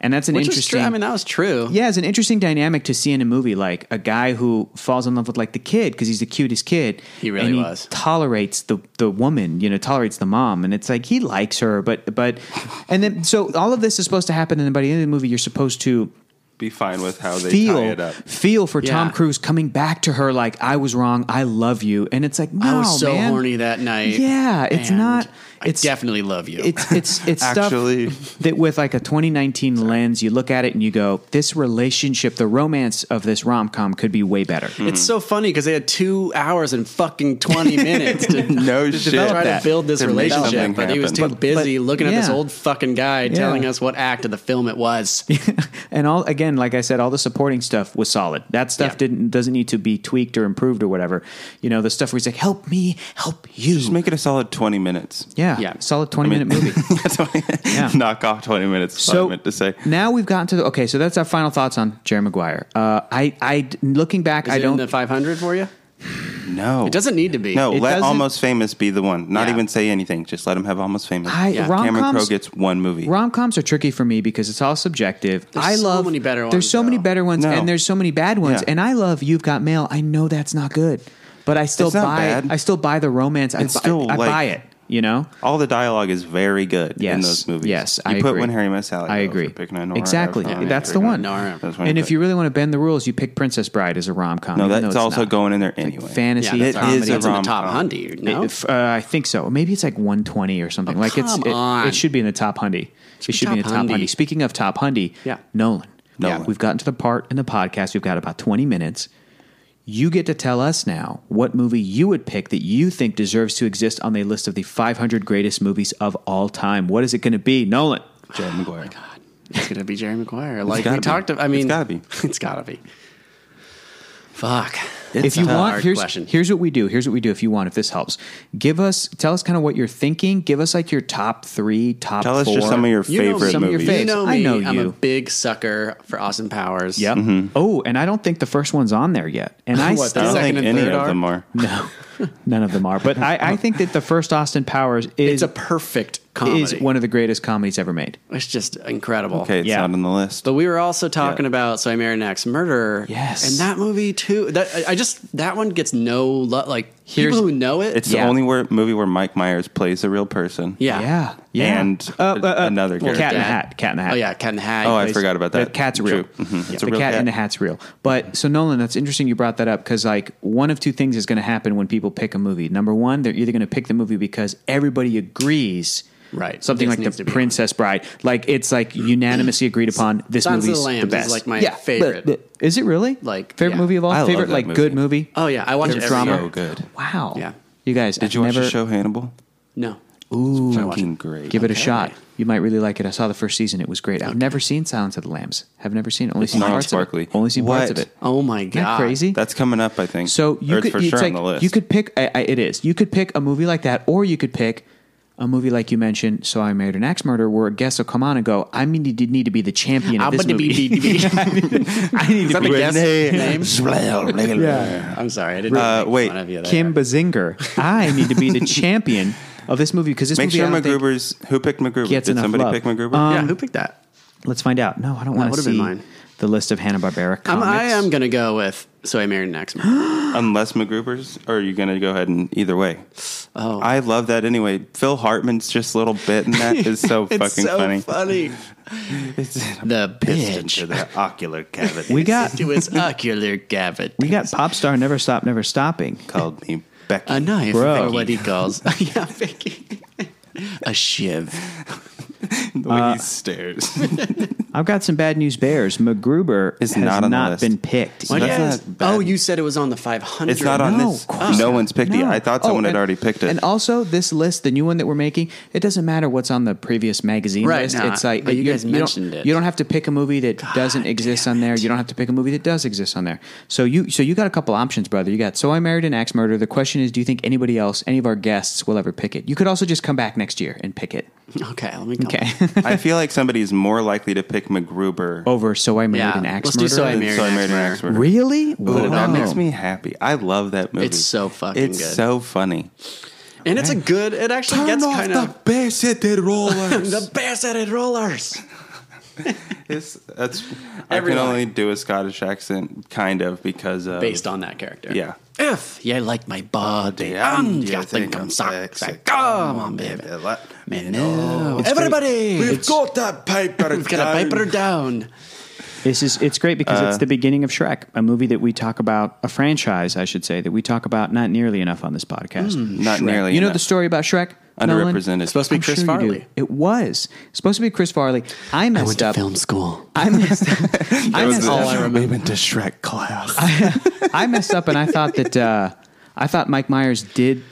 And that's an Which is interesting. true. I mean, that was true. Yeah, it's an interesting dynamic to see in a movie, like a guy who falls in love with like the kid because he's the cutest kid. He really and he was. Tolerates the the woman, you know, tolerates the mom, and it's like he likes her, but but, and then so all of this is supposed to happen, and by the end of the movie, you're supposed to Be fine with how Oh, they tie feel <laughs> it up. feel for Tom Yeah. Cruise coming back to her, like I was wrong, I love you, and it's like no, I was so man. horny that night. Yeah, it's And not. I It's- definitely love you. it's it's it's Actually. stuff that with like a 2019 lens, you look at it and you go, this relationship, the romance of this rom com could be way better. <laughs> It's so funny because they had two hours and <laughs> fucking twenty minutes to No to shit. try That- to build this to make something relationship, but he was too happen. busy but- looking at this yeah. old fucking guy telling us what act of the film it was. <laughs> and all again, like I said, all the supporting stuff was solid. That stuff Yeah. didn't doesn't need to be tweaked or improved or whatever. You know, the stuff where he's like, "Help me, help you." Just make it a solid 20 minutes. yeah, Yeah. solid twenty I mean- minute movie. <laughs> That's what I <laughs> knock off 20 minutes. is what I meant to say. now we've gotten to the okay. So that's our final thoughts on Jerry Maguire. Uh, I, I, looking back, Is I it in don't. the five hundred for you? No. It doesn't need to be. No, It let doesn't- Almost Famous be the one. Not Yeah. even say anything. Just let him have Almost Famous. I Yeah. rom Cameron Crowe coms. gets one movie. Rom coms are tricky for me because it's all subjective. There's I so love many better There's ones, so many though. better ones, No. and there's so many bad ones. Yeah. And I love You've Got Mail. I know that's not good, but I still It's not buy. bad. I still buy the romance. I, It's buy, still, I like- buy it. You know. All the dialogue is very good in Yes. those movies. Yes, you I put agree. When Harry Met Sally. I those agree. are Picking a Nora, Exactly. that's Yeah, not that's a the picking a one. Nora. That's one And you if pick. you really want to bend the rules, you pick Princess Bride as a rom com. no, that's also going in there anyway. fantasy. Yeah, it that's comedy. is a It's in the rom top hundred. No, Oh, If, uh, I think so. Maybe it's like 120 or something. like it's come it, on. it should be in the top hundy. It should be in the top top hundy. hundy. Speaking of top hundy, Yeah. Nolan. Nolan. Yeah, we've gotten to the part in the podcast. We've got about 20 minutes. You get to tell us now what movie you would pick that you think deserves to exist on the list of the 500 greatest movies of all time. What is it going to be, Nolan? Jerry Maguire. it's gonna be Jerry Maguire. Like gotta we be. talked. Of, I mean, It's gotta be. <laughs> It's gotta be. Fuck. if you a want, hard here's question. here's what we do. Here's what we do. If you want, if this helps, give us tell us kind of what you're thinking. Give us like your top three, top Tell four. us just some of your You know me. favorite Some of your movies. faves. You know me. I know I'm a you. big sucker for Austin Powers. Yep. Oh, and I don't think the first one's on there yet. <laughs> And I Mm-hmm. What, I still, don't Second think and any third of are? them are. no, <laughs> none of them are. But I, I think that the first Austin Powers It's is a perfect comedy. is one of the greatest comedies ever made. it's just incredible. Okay, it's Yeah. not on the list. But we were also talking Yeah. about So I Married an Axe Murderer. Yes. and that movie too. That I- I just that one gets no lo- like Here's- people who know it. It's Yeah. the only where, movie where Mike Myers plays a real person. yeah, Yeah. Yeah. And Uh, uh, uh, another well, Cat character. in the Hat. Cat in the Hat. Oh yeah, Cat in the Hat. Oh, I place. forgot about that. The cat's real. True. Mhm. It's a the real cat, cat. in the hat's real. But so Nolan, that's interesting. You brought that up because like one of two things is going to happen when people pick a movie. Number one, they're either going to pick the movie because everybody agrees. Right. Something This like needs the to be on. Princess Bride. Like it's like unanimously agreed upon. This Silence of the movie's Lambs the is, best. like, my but- favorite. but- is it really? Like, favorite yeah. movie of all? I love favorite that like movie. good movie. Oh yeah, I watch it There's every drama. So year. good. Wow. Yeah. You guys, Did you watch never, the show Hannibal? No. Ooh. I watch Fucking it. great. Give it a shot. You might really like it. I saw the first season. It was great. I've never seen Silence of the Lambs. Have never seen it. Only seen not parts sparkly. of it. Only seen parts What? of it. Oh my god, Isn't that crazy? That's coming up, I think. So you Or it's could for you, sure take- on the list. you could pick I, I, it is you could pick a movie like that, or you could pick a movie like you mentioned. So I married an axe murderer, where a guest will come on and go, I mean, you need to be the champion I'm of this gonna be- movie. be- <laughs> be- I need to that the be guest name? <laughs> yeah. I'm sorry, I didn't Uh, make wait. fun of you there. Kim Bazinger. I need to be the champion of this movie because this Make movie. sure I don't think- MacGruber's. Who picked MacGruber? gets Did enough somebody love. pick MacGruber? Um, yeah, who picked that? Let's find out. No, I don't want to would've been see mine. the list of Hanna Barbera comics. I'm, I am gonna go with So I Married an Axe Murderer. Unless MacGruber's, or are you going to go ahead and either way? <gasps> Oh. I love that anyway. Phil Hartman's just little bit in that is <laughs> so it's fucking so funny. funny. the Pissed bitch into the ocular cavity. We got to his ocular cavity. we got pop star never stop never stopping. <laughs> called me Becky. a knife, Bro. or what he calls <laughs> yeah, Vicky. a shiv. The way he stares. I've got some bad news. Bears MacGruber It's has not on the not list. been picked. Why do you- Yes. That's not bad. Oh, you said it was on the <laughs> 500. It's not on No, this. of course No not. one's picked it. No. I thought Oh, someone and- had already picked it. And also, this list, the new one that we're making, it doesn't matter what's on the previous magazine Right, list. nah, it's like but you guys don't- mentioned it. You don't have to pick a movie that doesn't exist on there. You don't have to pick a movie that does exist on there. So you, so you got a couple options, brother. You got "So I Married an Axe Murderer." The question is, do you think anybody else, any of our guests, will ever pick it? You could also just come back next year and pick it. Okay, let me go. Okay, I feel like somebody's more likely to pick <laughs> MacGruber. over "So I Married Yeah, an Axe let's do Murderer." So I than Married so I an married an Axe axe murderer. Really? Ooh, that Wow. makes me happy. I love that movie. It's so fucking It's good. so funny. And it's a good, it actually gets kind of. bass-headed rollers. <laughs> The bass-headed rollers. it's, that's, I can Everyone. only do a Scottish accent, kind of, because of, Based on that character. Yeah. If you like my body, and you think I'm sexy, come on, baby. Man, no. Everybody! We've got, that paper. We've a paper down. This is it's great because it's the beginning of Shrek, a movie that we talk about, a franchise, I should say, that we talk about not nearly enough on this podcast. Not nearly. You know enough. the story about Shrek? Nolan? Underrepresented. Supposed to be I'm Chris sure you Farley. do. It was supposed to be Chris Farley. I I went messed to up. film school. I messed <laughs> up. I messed all up. I We went to Shrek class. I messed up and I thought that uh, I thought Mike Myers did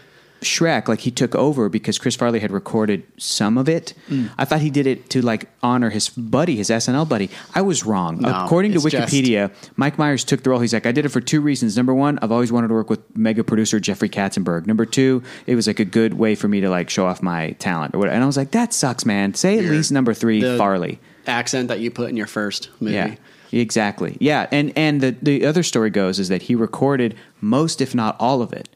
Shrek, like he took over because Chris Farley had recorded some of it. Mm. I thought he did it to like honor his buddy, his SNL buddy. I was wrong. According to it's just- Wikipedia, Mike Myers took the role. He's like, I did it for two reasons. Number one, I've always wanted to work with mega producer Jeffrey Katzenberg. Number two, it was like a good way for me to like show off my talent or whatever. And I was like, that sucks, man. Say at least number three, the- Farley. Accent that you put in your first movie. Yeah. Exactly. Yeah, and and the the other story goes is that he recorded most, if not all of it.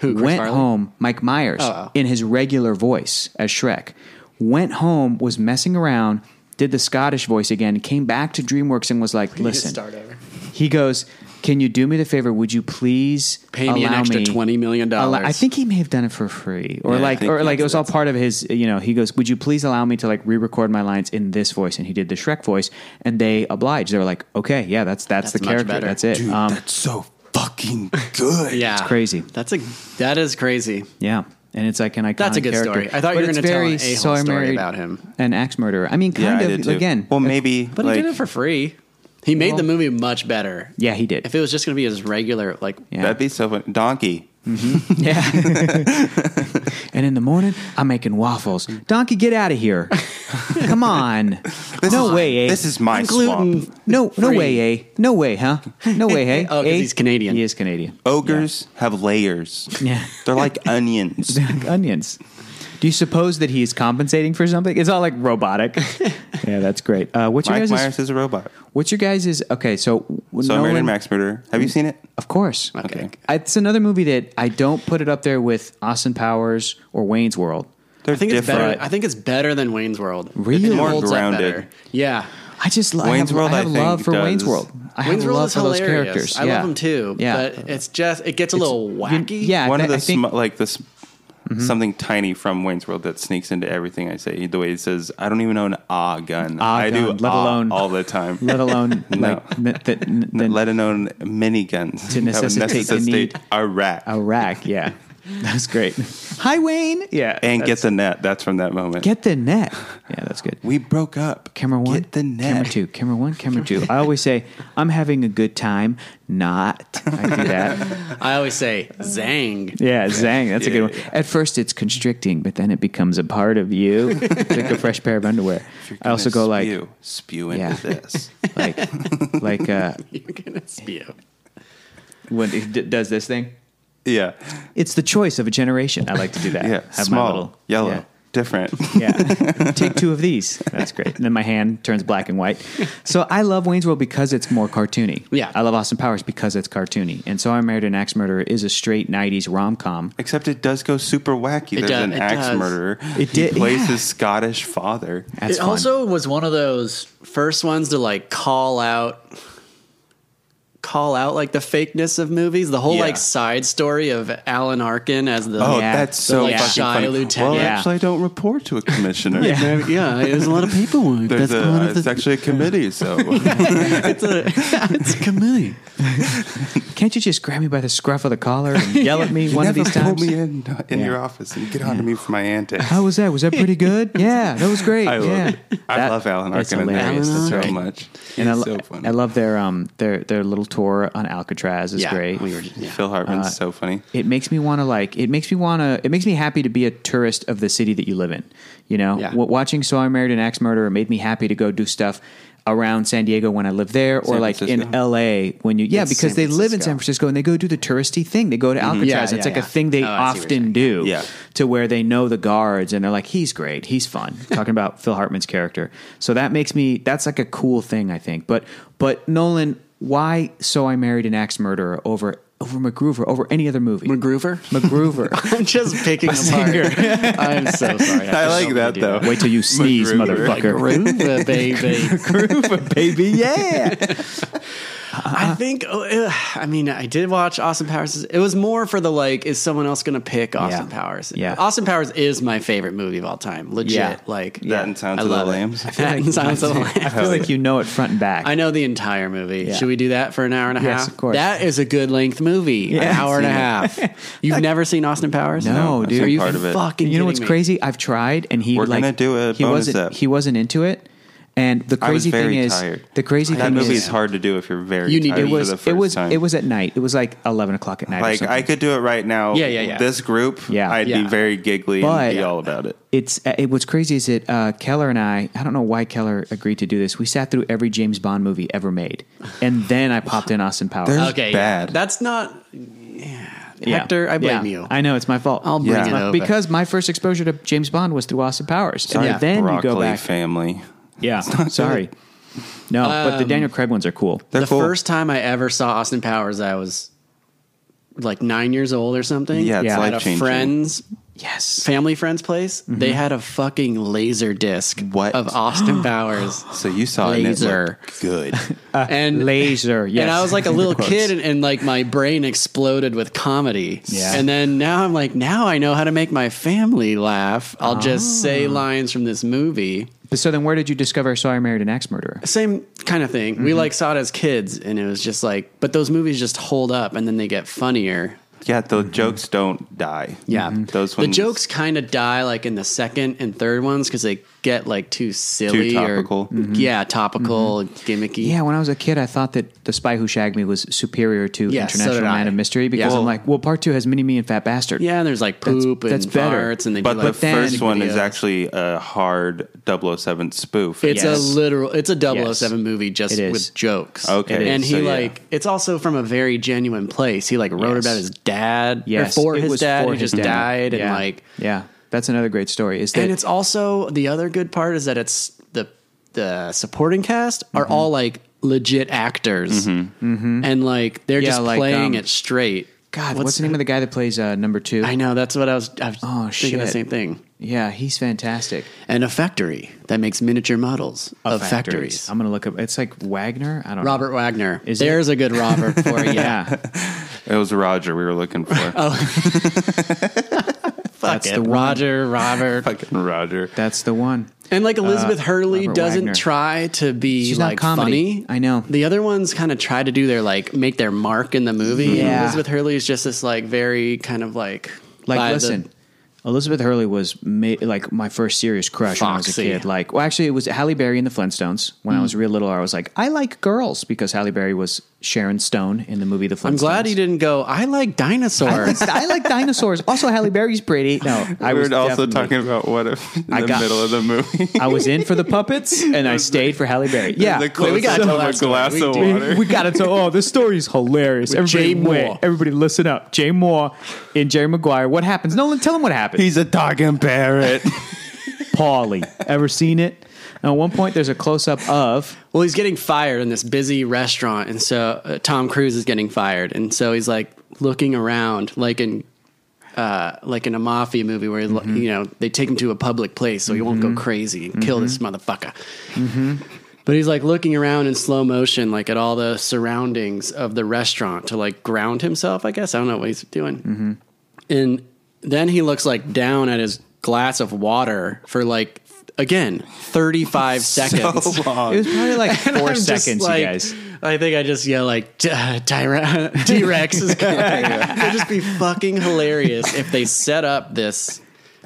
Who, Chris went Farley? home? Mike Myers Oh. in his regular voice as Shrek. Went home, was messing around, did the Scottish voice again, came back to DreamWorks and was like, You just "Listen." Start over. He goes, "Can you do me the favor? Would you please Pay me an allow extra me- $20 million allow- I think he may have done it for free, or Yeah, I like, think or he like it did was all part of his. You know, he goes, "Would you please allow me to like re-record my lines in this voice?" And he did the Shrek voice, and they obliged. They were like, "Okay, yeah, that's that's, the much character. better. That's it." Dude, um, that's so fucking good. Yeah, It's crazy. That's a that is crazy. yeah, and it's like an iconic. That's a good character. story. I thought you But were it's gonna tell very an a-hole Sorry story Mary- about him. an axe murderer. I mean, Yeah, kind I of did too. again. uh, Well, maybe. But like, he did it for free. He made Well- the movie much better. yeah, he did. If it was just going to be his regular, like, yeah. That'd be so fun. Donkey. <laughs> Yeah. and in the morning, I'm making waffles. Donkey, get out of here. Come on. no is, way, eh? This is my gluten. swamp. no, no way, eh? No way, huh? No <laughs> way, hey? Oh, 'cause eh? he's Canadian. He is Canadian. Oh. Ogres have layers. Yeah. They're like onions. <laughs> Onions. Do you suppose that he's compensating for something? It's all like <laughs> robotic. yeah, that's great. Uh, what's your Mike guys' Myers is a robot. What's your guys' okay? So, So I Nolan- murdered Max Murderer. Have you seen it? Of course. okay. Okay. It's another movie that I don't put it up there with Austin Powers or Wayne's World. They're I think it's different. better. I think it's better than Wayne's World. Really? It More holds up grounded. better. Yeah. I just lo- Wayne's I have, World, I have I think, love for Wayne's does- World. I have Wayne's World love is for those hilarious. characters. I yeah. love them too. Yeah. But it's just it gets a little wacky. yeah. One I, of the I think Mm-hmm. sm- like this something tiny from Wayne's World that sneaks into everything I say. The way he says, "I don't even own a gun." Ah I do gun, let ah alone- all the time. <laughs> <laughs> let <laughs> alone No. like n- the, <laughs> n- the, N- let alone mini <laughs> guns To necessitate the need. a rat Iraq. <laughs> Yeah, that's great. Hi, Wayne. Yeah, and that's- get the net. That's from that moment. get the net. Yeah, that's good. we broke up. Camera one, Get the net. Camera two, camera one, camera two. I always say I'm having a good time. Not I do that. <laughs> I always say Zang. Yeah, zang. That's a good one. At first, it's constricting, but then it becomes a part of you, It's like a fresh pair of underwear. You're I also gonna go like, spew, spew into Yeah. <laughs> this. like, like uh, <laughs> <laughs> You're gonna spew. when it d- does this thing. Yeah, It's the choice of a generation. I like to do that. yeah. Have my Small, little- yellow, yeah. <laughs> different. Yeah. Take two of these. That's great. And then my hand turns black and white. So I love Wayne's World because it's more cartoony. Yeah. I love Austin Powers because it's cartoony. And So I Married an Axe Murderer is a straight 90s rom com. Except it does go super wacky. There's does- an it axe does. murderer. It did- He plays yeah. his Scottish father. That's it fun. also was one of those first ones to like call out call out like the fakeness of movies the whole Yeah. like side story of alan arkin as the Oh, Yeah. that's so like, fucking shy funny. lieutenant. Well, Yeah. actually, I don't report to <laughs> a commissioner. yeah. yeah there's a lot of paperwork There's that's a, part of it's the actually a <laughs> committee, so it's a, it's a committee Can't you just grab me by the scruff of the collar and <laughs> yell at me one of never these pull times? me in uh, in Yeah. your office and get onto me for my antics. How was that? Was that pretty good? Yeah, that was great. I love yeah. it. I That- love Alan that's Arkin and that hilarious. Alan so Arkin. much. And I, He's lo- so funny. I love their um their their little tour on Alcatraz is Yeah, great. we were- yeah. Phil Uh, Hartman's so funny. it makes me want to like it makes me want to it makes me happy to be a tourist of the city that you live in you know Yeah. W- watching so i married an axe murderer made me happy to go do stuff around san diego when i lived there or San like in Francisco. la when you yeah It's because San they live in Francisco. Mm-hmm. san francisco and they go do the touristy thing they go to alcatraz Yeah, it's yeah, like yeah. a thing they Oh, I see what you're often do Yeah. to where they know the guards and they're like he's great he's fun <laughs> talking about phil hartman's character so that makes me that's like a cool thing i think but but nolan why so i married an axe murderer over over MacGruver, over any other movie. MacGruver? MacGruver. <laughs> i'm just <laughs> picking apart i'm so sorry I like that though. Wait till you sneeze, <laughs> MacGruber. motherfucker. <laughs> groove baby MacGruber, baby, yeah. I think. Uh, I mean, I did watch Austin Powers. It was more for the like, is someone else going to pick Austin Yeah. Powers? Yeah. Austin Powers is my favorite movie of all time. Legit, Yeah. like That and Silence I of the love it. Lambs. I <laughs> That and Silence of <laughs> the I Lambs. feel like you know it front and back. I know the entire movie. Yeah. Should we do that for an hour and a Yes, half? of course. That is a good length movie. an Yeah. hour <laughs> and a half. You've never seen Austin Powers? No, I've dude. seen Are you part of it. Fucking you know kidding what's me? crazy? I've tried, and he We're like gonna do a he bonus wasn't ep. he wasn't into it. And the I was crazy very thing is, tired. the crazy that thing movie is, is hard to do if you're very You need- tired it was for the first it was time. it was at night. It was like eleven o'clock at night. or like I something. could do it right now. Yeah, yeah, yeah. This group, Yeah. I'd Yeah. be very giggly But- and be all about it. It's uh, it, what's crazy is that uh, Keller and I. I don't know why Keller agreed to do this. We sat through every James Bond movie ever made, and then I popped in Austin Powers. There's- Okay, Bad. Yeah. that's not. Yeah. Yeah. Hector, I blame Yeah. you. I know it's my fault. I'll bring Yeah. it My- over because my first exposure to James Bond was through Austin Powers, Sorry, and then you broccoli go back. family. Yeah, sorry. No, but the Um, Daniel Craig ones are cool. They're the cool. first time I ever saw Austin Powers, I was like nine years old or something. Yeah, it's Yeah. at a life changing. friend's Yes. family friend's place. They Mm-hmm. had a fucking laser disc What? of <gasps> Austin Powers. So you saw it and it Laser. looked good. <laughs> and Laser, yes. And I was like <laughs> a little Quotes. kid, and, and like my brain exploded with comedy. Yeah. And then now I'm like, now I know how to make my family laugh. I'll just Ah. say lines from this movie. So then, where did you discover Sorry I Married an Axe Murderer? Same kind of thing. Mm-hmm. We like saw it as kids, and it was just like, but those movies just hold up, and then they get funnier. yeah, the jokes don't die. Mm-hmm. Yeah, Mm-hmm. Those the ones, jokes kind of die like in the second and third ones because they get like too silly topical. Mm-hmm. or yeah, topical gimmicky. Mm-hmm. Yeah, when I was a kid, I thought that The Spy Who Shagged Me was superior to Yeah, so International did I. Man of Mystery because Yeah. I'm like, well, part two has Mini Me and Fat Bastard. yeah. And there's like That's- poop that's and better. farts, and they But do the like then- first one is videos. actually a hard 007 spoof. It's Yes. a literal. It's a 007 Yes. movie just It is. with jokes. Okay, It and is. he so, yeah. like it's also from a very genuine place. He like wrote Yes. about his dad. Yes, or for it his was dad for who his dad. just died, and Yeah. like yeah, that's another great story. Is that and it's also the other good part is that it's the the supporting cast are Mm-hmm. all like legit actors, and like they're Yeah, just like, playing um, it straight. God? What's, the name of the guy that plays uh, number two? I know that's what I was. I was Oh, thinking the shit. same thing. Yeah, he's fantastic. And a factory that makes miniature models of, factories. I'm gonna look up. It's like Wagner. I don't know. Robert Wagner. Is it- There's a good Robert for <laughs> you. <laughs> Yeah, It was Roger we were looking for. oh, Fuck That's it. the one. <laughs> Roger, Robert. fucking Roger. that's the one. And like Elizabeth Uh, Hurley Robert doesn't Wagner. try to be She's not like comedy. funny. I know. The other ones kind of try to do their like make their mark in the movie. And Yeah. Elizabeth Hurley is just this like very kind of like Like, by the- listen, Elizabeth Hurley was ma- like my first serious crush when I was a Foxy. Mm. kid. Like, well, actually, it was Halle Berry in the Flintstones. When I was real little, I was like, I like girls because Halle Berry was Sharon Stone in the movie The Flintstones. I'm glad you didn't go. I like dinosaurs. I like dinosaurs. Also, Halle Berry's pretty. No, I we was were also definitely- talking about what if in I the got- middle of the movie. <laughs> I was in for the puppets, and I stayed for Halle Berry. Yeah, the Wait, we closest gotta tell of that a story. glass We of <laughs> do. water. we gotta tell. Oh, this story is hilarious. Everybody, Jay wait, Moore. everybody, listen up. Jay Moore and Jerry Maguire. What happens? Nolan, tell him what happens. He's a dog and <laughs> parrot. Paulie. Ever seen it? And at one point, there's a close up of well, he's getting fired in this busy restaurant, and so uh, Tom Cruise is getting fired, and so he's like looking around, like in uh, like in a mafia movie where you know they take him to a public place so he won't go crazy and kill this motherfucker. But he's like looking around in slow motion, like at all the surroundings of the restaurant to like ground himself. I guess I don't know what he's doing. And then he looks like down at his glass of water for like again thirty five seconds. It was probably like Oh. <laughs> And 4 I'm just seconds, like- you guys. I think I just yell like "T- uh, Tyra- <laughs> T-Rex is coming. <laughs> It'd just be fucking hilarious if they set up this.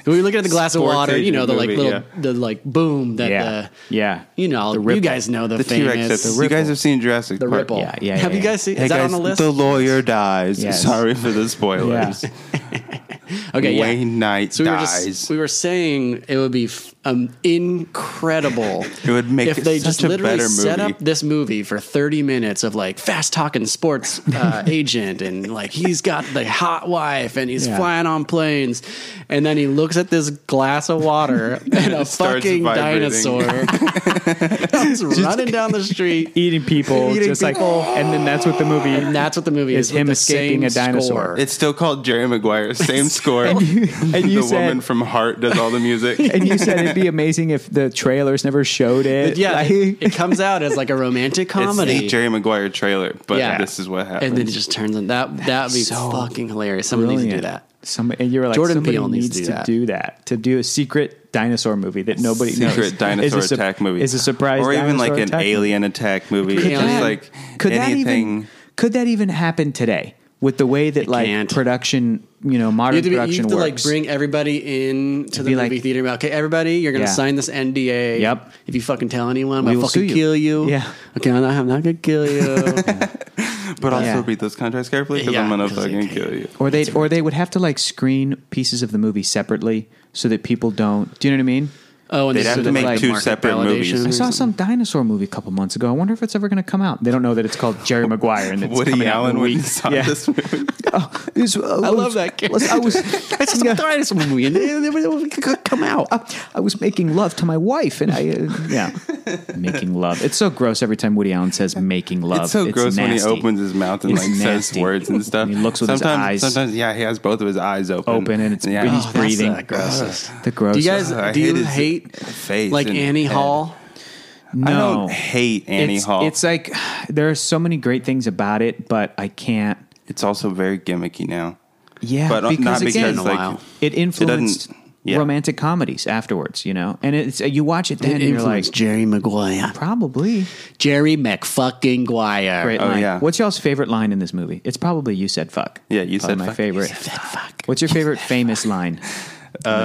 We were looking at the glass Sports of water, you know, the like agent little, movie, the like boom that Yeah. the, <laughs> yeah. you know, The you ripple. guys know the, the T Rex. famous, You guys have seen Jurassic the Park. ripple. Yeah, yeah, Have yeah, you guys seen? Hey is that guys, on the list? the lawyer dies. Yes. Sorry for the spoilers. Yeah. okay, yeah. Wayne Knight So we were dies. just we were saying it would be f- um, incredible. <laughs> It would make if it they such just a literally better set movie. up this movie for thirty minutes of like fast <laughs> talking sports uh, agent and like he's got the hot wife and he's Yeah. flying on planes, and then he looks at this glass of water <laughs> and a starts fucking vibrating. dinosaur <laughs> <laughs> comes running down the street. Eating people, Eating just people. like, and then that's what the movie. And that's what the movie It's is. with him the escaping same a dinosaur. score. It's <laughs> still called Jerry Maguire. Same score. and you <laughs> the said, woman from Heart does all the music. <laughs> <laughs> and you said it it'd be amazing if the trailers never showed it. yeah, Like- it, it comes out as like a romantic <laughs> comedy. It's the Jerry Maguire trailer, but yeah, this is what happens. And then it just turns in that that would be so fucking hilarious. Someone needs to do Brilliant. that. Some and you're like Jordan somebody Peele needs needs to to do that. do that to do a secret dinosaur movie that nobody knows. <laughs> secret dinosaur Is a sup- attack movie. Is a surprise, or even dinosaur like an attack movie. alien attack movie. Could Just that- like could that anything. even could that even happen today with the way that like can't. production, you know, You modern have to, be, you production have to like works? bring everybody in to the be movie like- theater. and be like, Okay, everybody, you're gonna Yeah. sign this NDA. Yep. If you fucking tell anyone, I'm We gonna will fucking sue you. kill you. Yeah. Okay, I'm not, I'm not gonna kill <laughs> you. but also Yeah. read those contracts carefully because Yeah, I'm gonna 'cause they fucking can't. kill you. or they or they would have to like screen pieces of the movie separately so that people don't. Do you know what I mean? oh, and They'd this have is to make like two market separate movies. validation I or saw something. some dinosaur movie a couple months ago. I wonder if it's ever going to come out. They don't know that it's called Jerry Maguire and it's <laughs> Woody coming out in Allen a when he week. saw Yeah. this movie. Oh, this- I love that character. I <laughs> was, I It's just a dinosaur movie, and it would come out. I was making love to my wife, and I, uh, <laughs> yeah, making love. It's so gross every time Woody Allen says "making love." It's so gross when he nasty. opens his mouth and It's like says nasty. words and stuff. He looks with his sometimes, eyes. Sometimes, yeah, he has both of his eyes open. Open and it's yeah. he's Oh, that's breathing. the grossest. The gross. Do you guys Ugh, I do hate you his hate face like and Annie head. Hall? No. I don't hate Annie it's, Hall. It's like there are so many great things about it, but I can't. It's also very gimmicky <laughs> now. Yeah, But uh, because not because, again, like- Wow. it influenced yeah. romantic comedies afterwards. You know, and it's uh, you watch it then, and you're like, Influenced Jerry Maguire, probably Jerry McFucking Guire. Great Oh, line. yeah. What's y'all's favorite line in this movie? It's probably "You said fuck." Yeah, Probably you said my fuck. favorite. Fuck. What's your favorite famous line in this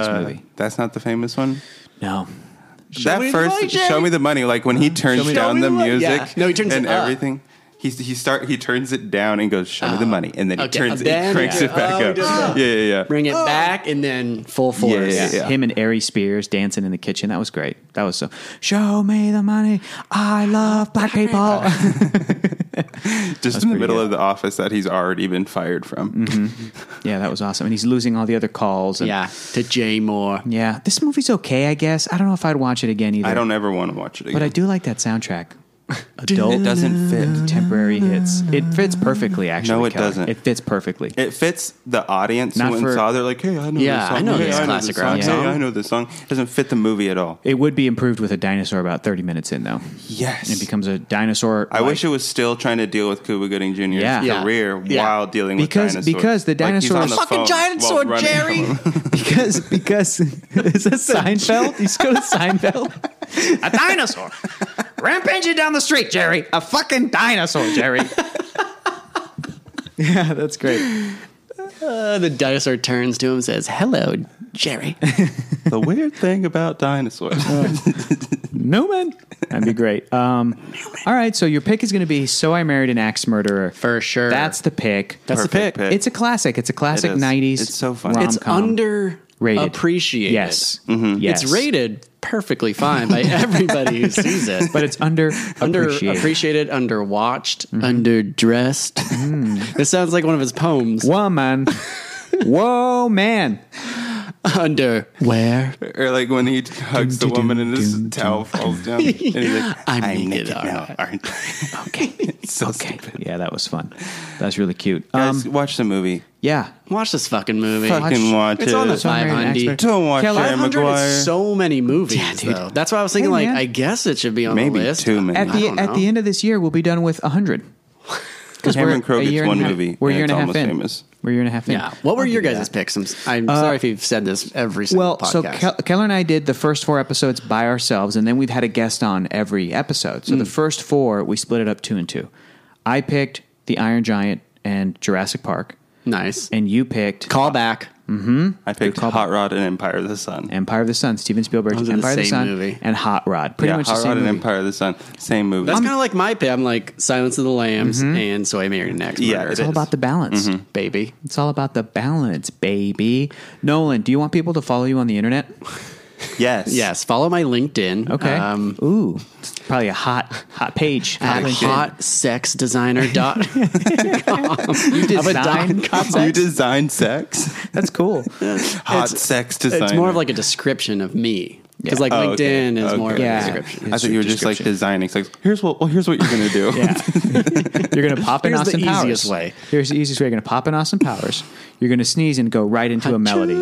Uh, movie? That's not the famous one. No, that me the first, money, Jerry. show me the money. Like when he turns me the- down Show me the the money. music, Yeah. No, he turns and it up. everything. He he start he turns it down and goes, "Show me the money," and then he Oh. Okay, turns then it, cranks he it back does- up. oh, he does Yeah, yeah, yeah. Bring it back and then full force. Oh. Yeah. him and Ari Spears dancing in the kitchen. That was great. That was so. Show me the money. I love black <laughs> people. Just in the pretty middle good. Mm-hmm. of the office that he's already been fired from. yeah, that was awesome. And he's losing all the other calls. And Yeah, to Jay Moore. yeah. This movie's okay, I guess. I don't know if I'd watch it again either. I don't ever want to watch it again. but I do like that <laughs> soundtrack. Adult it doesn't fit. contemporary hits. It fits perfectly. Actually, No, it Keller. doesn't. It fits perfectly. It fits the audience Mm. Not who went and for- saw. it, They're like, "Hey, I know Yeah, this song. I know hey, this I know classic this rock song. song. Hey, I know this song." Doesn't fit the movie at all. It would be improved with a dinosaur about 30 minutes in, though. Yes. It becomes a dinosaur. I wish it was still trying to deal with Cuba Gooding Jr.'s Yeah. Yeah. career Yeah. while dealing Because- with dinosaurs. because the Like, he's on dinosaurs- the Fucking phone dinosaur, while running. Jerry! <laughs> because because is that Seinfeld? You go to Seinfeld. A dinosaur rampaging down the street, Jerry. A fucking dinosaur, Jerry. <laughs> yeah, that's great. Uh, the dinosaur turns to him and says, Hello, Jerry. <laughs> the weird thing <laughs> about dinosaurs. <laughs> Newman, that'd be great. Um, all right, so your pick is going to be "So I Married an Axe Murderer" For sure. That's the pick. That's the Perfect pick. pick. It's a classic. It's a classic It is. '90s. It's so fun. It's rom-com. underrated. Rated. Appreciated. Yes. yes, It's rated perfectly fine <laughs> by everybody who sees it. <laughs> but it's under underappreciated, underwatched, Mm-hmm. underdressed. Mm. This sounds like one of his <laughs> poems. woman. Whoa, man. Underwear. or like when he hugs the Dun, dun, woman and his dun, dun, towel falls down. And <laughs> he's like, I'm I'm, naked, naked, all now, right." aren't I? Okay. It's <laughs> so okay. stupid. Yeah, that was fun. That was really cute. Um, Guys, watch the movie. yeah. Watch this fucking movie. Fucking watch it's it. on the So I'm an 500. expert. Don't watch Kelly, Jerry 500 Maguire. is so many movies. dude. though. That's why I was thinking, Hey, like, man. I guess it should be on Maybe the list. two, man. At the don't at know. the end of this year, we'll be done with <laughs> hundred. Because Cameron Crowe gets one movie, We're a and year and it's a half almost in. famous. We're a year and a half in. Yeah. What were I'll your give you guys' that. picks? I'm, s- I'm sorry if you've said this every single Uh, Well, so podcast. Kel- Keller and I did the first four episodes by ourselves, and then we've had a guest on every episode. So the first four, we split it up two and two. I picked The Iron Giant and Jurassic Park, nice. and you picked Call back. I picked Hot Rod and Empire of the Sun. Empire of the Sun, Steven Spielberg's Those are the Empire of the same Sun, movie. and Hot Rod. Pretty yeah, much Hot the Rod same and movie. Empire of the Sun. Same movie. That's kind of like my pick. I'm like Silence of the Lambs and So I Married an Axe Yeah, Murderer. it It's all about the balance. Mm-hmm. baby. It's all about the balance, baby. Nolan, do you want people to follow you on the internet? yes. Yes, follow my LinkedIn. Okay. Um, Ooh, it's probably a hot, hot page. at Hot link. hotsexdesigner dot you <laughs> design dot hot You sex? design sex? That's cool. Hot sex design. It's more of like a description of me because like Oh, LinkedIn okay. is more of Yeah. a description. I thought you were just like designing. It's like, here's what, well, here's what you're going to do. <laughs> Yeah. You're <laughs> gonna pop in Here's the Austin Powers. easiest way. Here's the easiest way. You're gonna pop in Austin Powers. You're gonna sneeze and go right into a melody.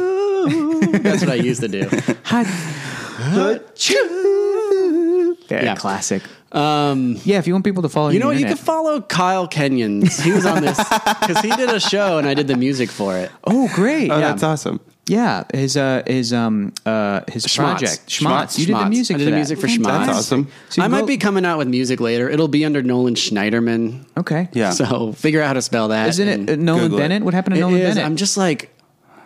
That's what I used to do. Hot. Yeah, Yeah. classic. Um, yeah, if you want people to follow You know what? You can internet. follow Kyle Kenyons. He was on this because he did a show and I did the music for it. oh, great. <laughs> Oh, yeah. that's awesome. Yeah, his uh, his um uh his project Schmatz. You did the Schmatz. music. I did for the that. music for Schmatz. That's awesome. So you I might go- be coming out with music later. It'll be under Nolan Schneiderman. Okay. Yeah. <laughs> So figure out how to spell that. Isn't and- it uh, Nolan Google it. Bennett? What happened to It Nolan is. Bennett? I'm just like,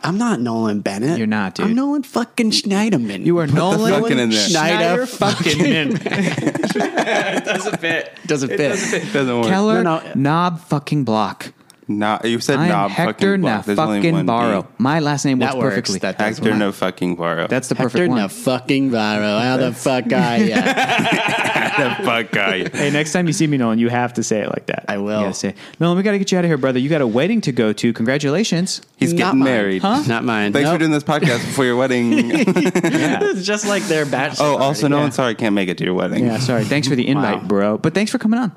I'm not Nolan Bennett. You're not, dude. I'm Nolan fucking Schneiderman. you are Nolan fucking in there. Schneider Schneider fucking in. <laughs> doesn't fit. Doesn't work. Keller No, no. Knob fucking Block. Nah, you said I'm knob Hector fucking Na block. There's only fucking one Barrow. B. My last name works That works. perfectly. That does Hector work. no fucking Barrow. <laughs> That's the Hector perfect one. na fucking Varro. How the fuck are ya? uh. the <laughs> fuck guy. Hey, next time you see me, Nolan, you have to say it like that. I will. You gotta say, Nolan, we got to get you out of here, brother. You got a wedding to go to. <laughs> Congratulations. He's Not getting mine. married. Huh? Not mine. Thanks for Nope. doing this podcast before <laughs> your wedding. <laughs> It's just like their bachelor. oh, also, party. no, I'm sorry, I can't make it to your wedding. Yeah, sorry. Thanks for the invite, Wow. bro. But thanks for coming on.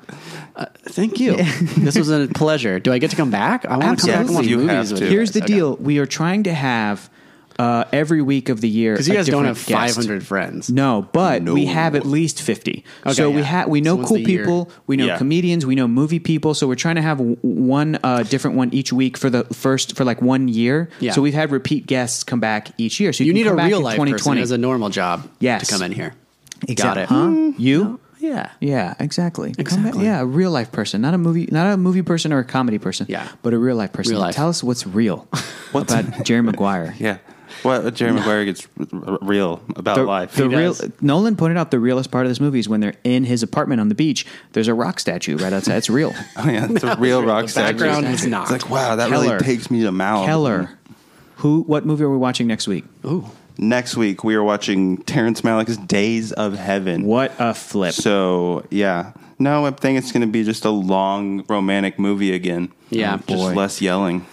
Thank you. <laughs> this was a pleasure. Do I get to come back? I want to come back and watch Absolutely. You have movies with to. you. Here's the guys. Okay. deal: we are trying to have uh, every week of the year Because you a guys don't different have guest. 500 friends. No, but we No. have at least fifty. Okay, so we yeah. have we know So once cool a year. people, we know Yeah. comedians, we know movie people. So we're trying to have w- one uh, different one each week for the first for like one year. Yeah. So we've had repeat guests come back each year. So you, You can need a come back real in life person 2020. as a normal job Yes. to come in here. Exact- Got it. Huh? You? Yeah. Yeah, exactly. Come back- Exactly. yeah, a real life person, not a movie, not a movie person or a comedy person. Yeah. but a real life person. Real life. Tell us what's <laughs> real about Jerry Maguire. Yeah. Well, Jerry Maguire gets r- r- real about The, life. the He real does. Nolan pointed out the realest part of this movie is when they're in his apartment on the beach. There's a rock statue right outside. It's <laughs> real. <laughs> Oh, yeah, it's <laughs> a real rock The statue. background is not. It's like, wow, that Keller. really takes me to Mal. Keller. Who? What movie are we watching next week? Ooh. Next week, we are watching Terrence Malick's Days of Heaven. What a flip! So, yeah. No, I think it's going to be just a long romantic movie again. Um, Yeah, Just boy. less yelling.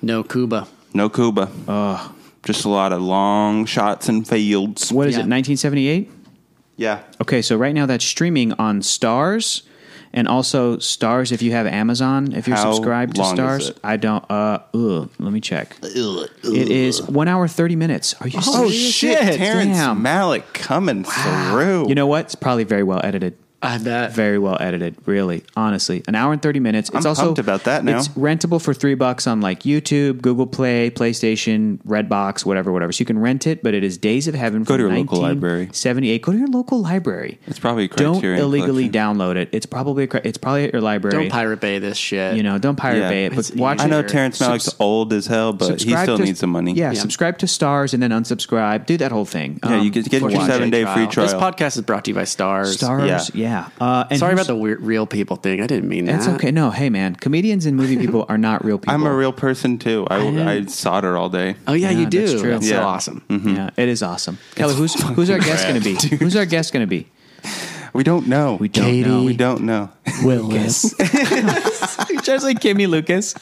No Cuba. No Cuba. Just a lot of long shots and fields. what is Yeah. it? 1978. Yeah. Okay, so right now that's streaming on Stars, and also Stars if you have Amazon. If you're How subscribed to long is Stars, it? I don't. Uh, ugh, let me check. It is one hour thirty minutes. Are you? Oh serious? shit! Terrence Damn. Malick coming through. you know what? It's probably very well edited. I bet. Very well edited, really, honestly. An hour and thirty minutes. It's I'm also pumped about that now. It's rentable for three bucks on like YouTube, Google Play, PlayStation, Redbox, whatever, whatever. So you can rent it, but it is Days of Heaven. Go to your local library. Seventy-eight. Go to your local library. It's probably a don't Criterion illegally collection. download it. It's probably a, cri- it's probably at your library. Don't Pirate Bay this shit. You know, don't pirate Yeah. bay it, but It's watch I it. know Sure. Terrence Malick's old as hell, but he Subscribe still to- needs some money. Yeah, Yeah. subscribe to Stars and then unsubscribe. Do that whole thing. Um, Yeah, you get, get for your watch seven it. day free trial. This podcast is brought to you by Stars. Stars, yeah. Uh, and Sorry here's- about the weird, real people thing. I didn't mean that. That's okay. No, hey man, comedians and movie people are not real people. <laughs> I'm a real person too. I, I, solder all day. Oh yeah, Yeah, you do. that's true. That's so Yeah. awesome. Mm-hmm. Mm-hmm. Yeah, it is awesome. Keller, who's who's our guest going to be? Who's our guest going to be? We don't know. We don't Katie know. We don't <laughs> know. Willis. <laughs> Just like Kimmy <laughs> Lucas.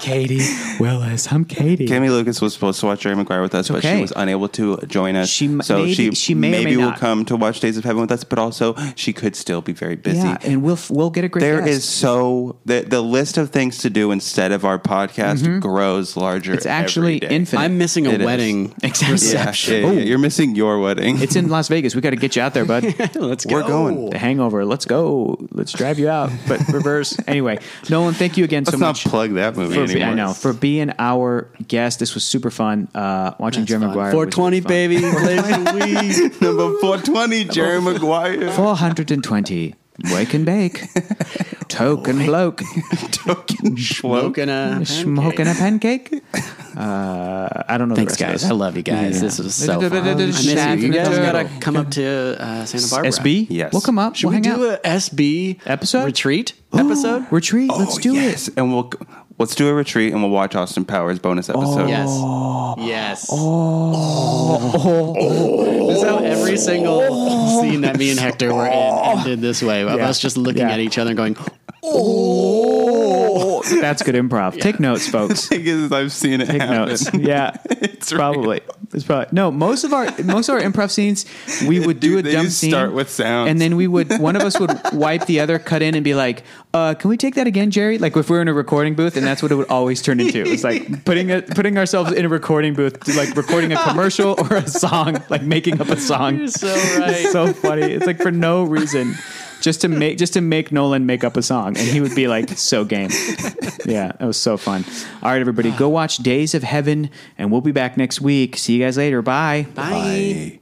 Katie Willis. I'm Katie. Tammy Lucas was supposed to watch Jerry Maguire with us, but okay. she was unable to join us. She m- so maybe- she, she may or maybe may will not. come to watch Days of Heaven with us, but also she could still be very busy. yeah, and we'll we'll get a great. There is guest. so the the list of things to do instead of our podcast grows larger. Mm-hmm. It's actually every day. infinite. I'm missing a It is. wedding. Exactly. Oh, Yeah, yeah, yeah. You're missing your wedding. It's in Las Vegas. We got to get you out there, bud. <laughs> Let's go. We're going. The hangover. Let's go. Let's drive you out, <laughs> but reverse. anyway, Nolan, thank you again so <laughs> Let's not much. plug that movie for be- anymore. I know for being our guest. This was super fun. Uh, watching Jerry Maguire. was really 420 fun. <laughs> baby. Blaze the weed. Number 420, Jerry <laughs> Maguire. Four hundred and twenty. Wake and bake. <laughs> Token bloke. Token schloke. Smoking a Smoking a <laughs> pancake. Uh, I don't know. Thanks, the rest guys. Of I this. love you guys. This was so fun. I miss you. You guys gotta come up to uh, Santa Barbara. SB. Yes. We'll come up. Should we'll we hang do out. a <gasps> SB Episode? retreat episode? Retreat. Let's Oh, do yes. it. And we'll let's do a retreat and we'll watch Austin Powers bonus episode. Yes. Yes. Oh. <laughs> This is how every single scene that me and Hector were in ended this way of us just looking Yeah. at each other and going, <laughs> Oh, notes. That's good improv. Take notes, <laughs> folks. because I've seen it Take happen. notes. Yeah, it's probably it's probably no. Most of our most of our improv scenes, we would do Dude, a they dumb just scene, start with sounds. and then we would one of us would wipe the other, cut in, and be like, uh, "Can we take that again, Jerry?" Like if we were in a recording booth, and that's what it would always turn into. It's <laughs> like putting a, putting ourselves in a recording booth, like recording a commercial or a song, like making up a song. You're so right. It's so funny. It's like for no reason, just to make just to make Nolan make up a song, and he would be like so game. Yeah, it was so fun. All right, everybody, go watch Days of Heaven, and we'll be back next week. See you guys later. Bye. Bye. Hey.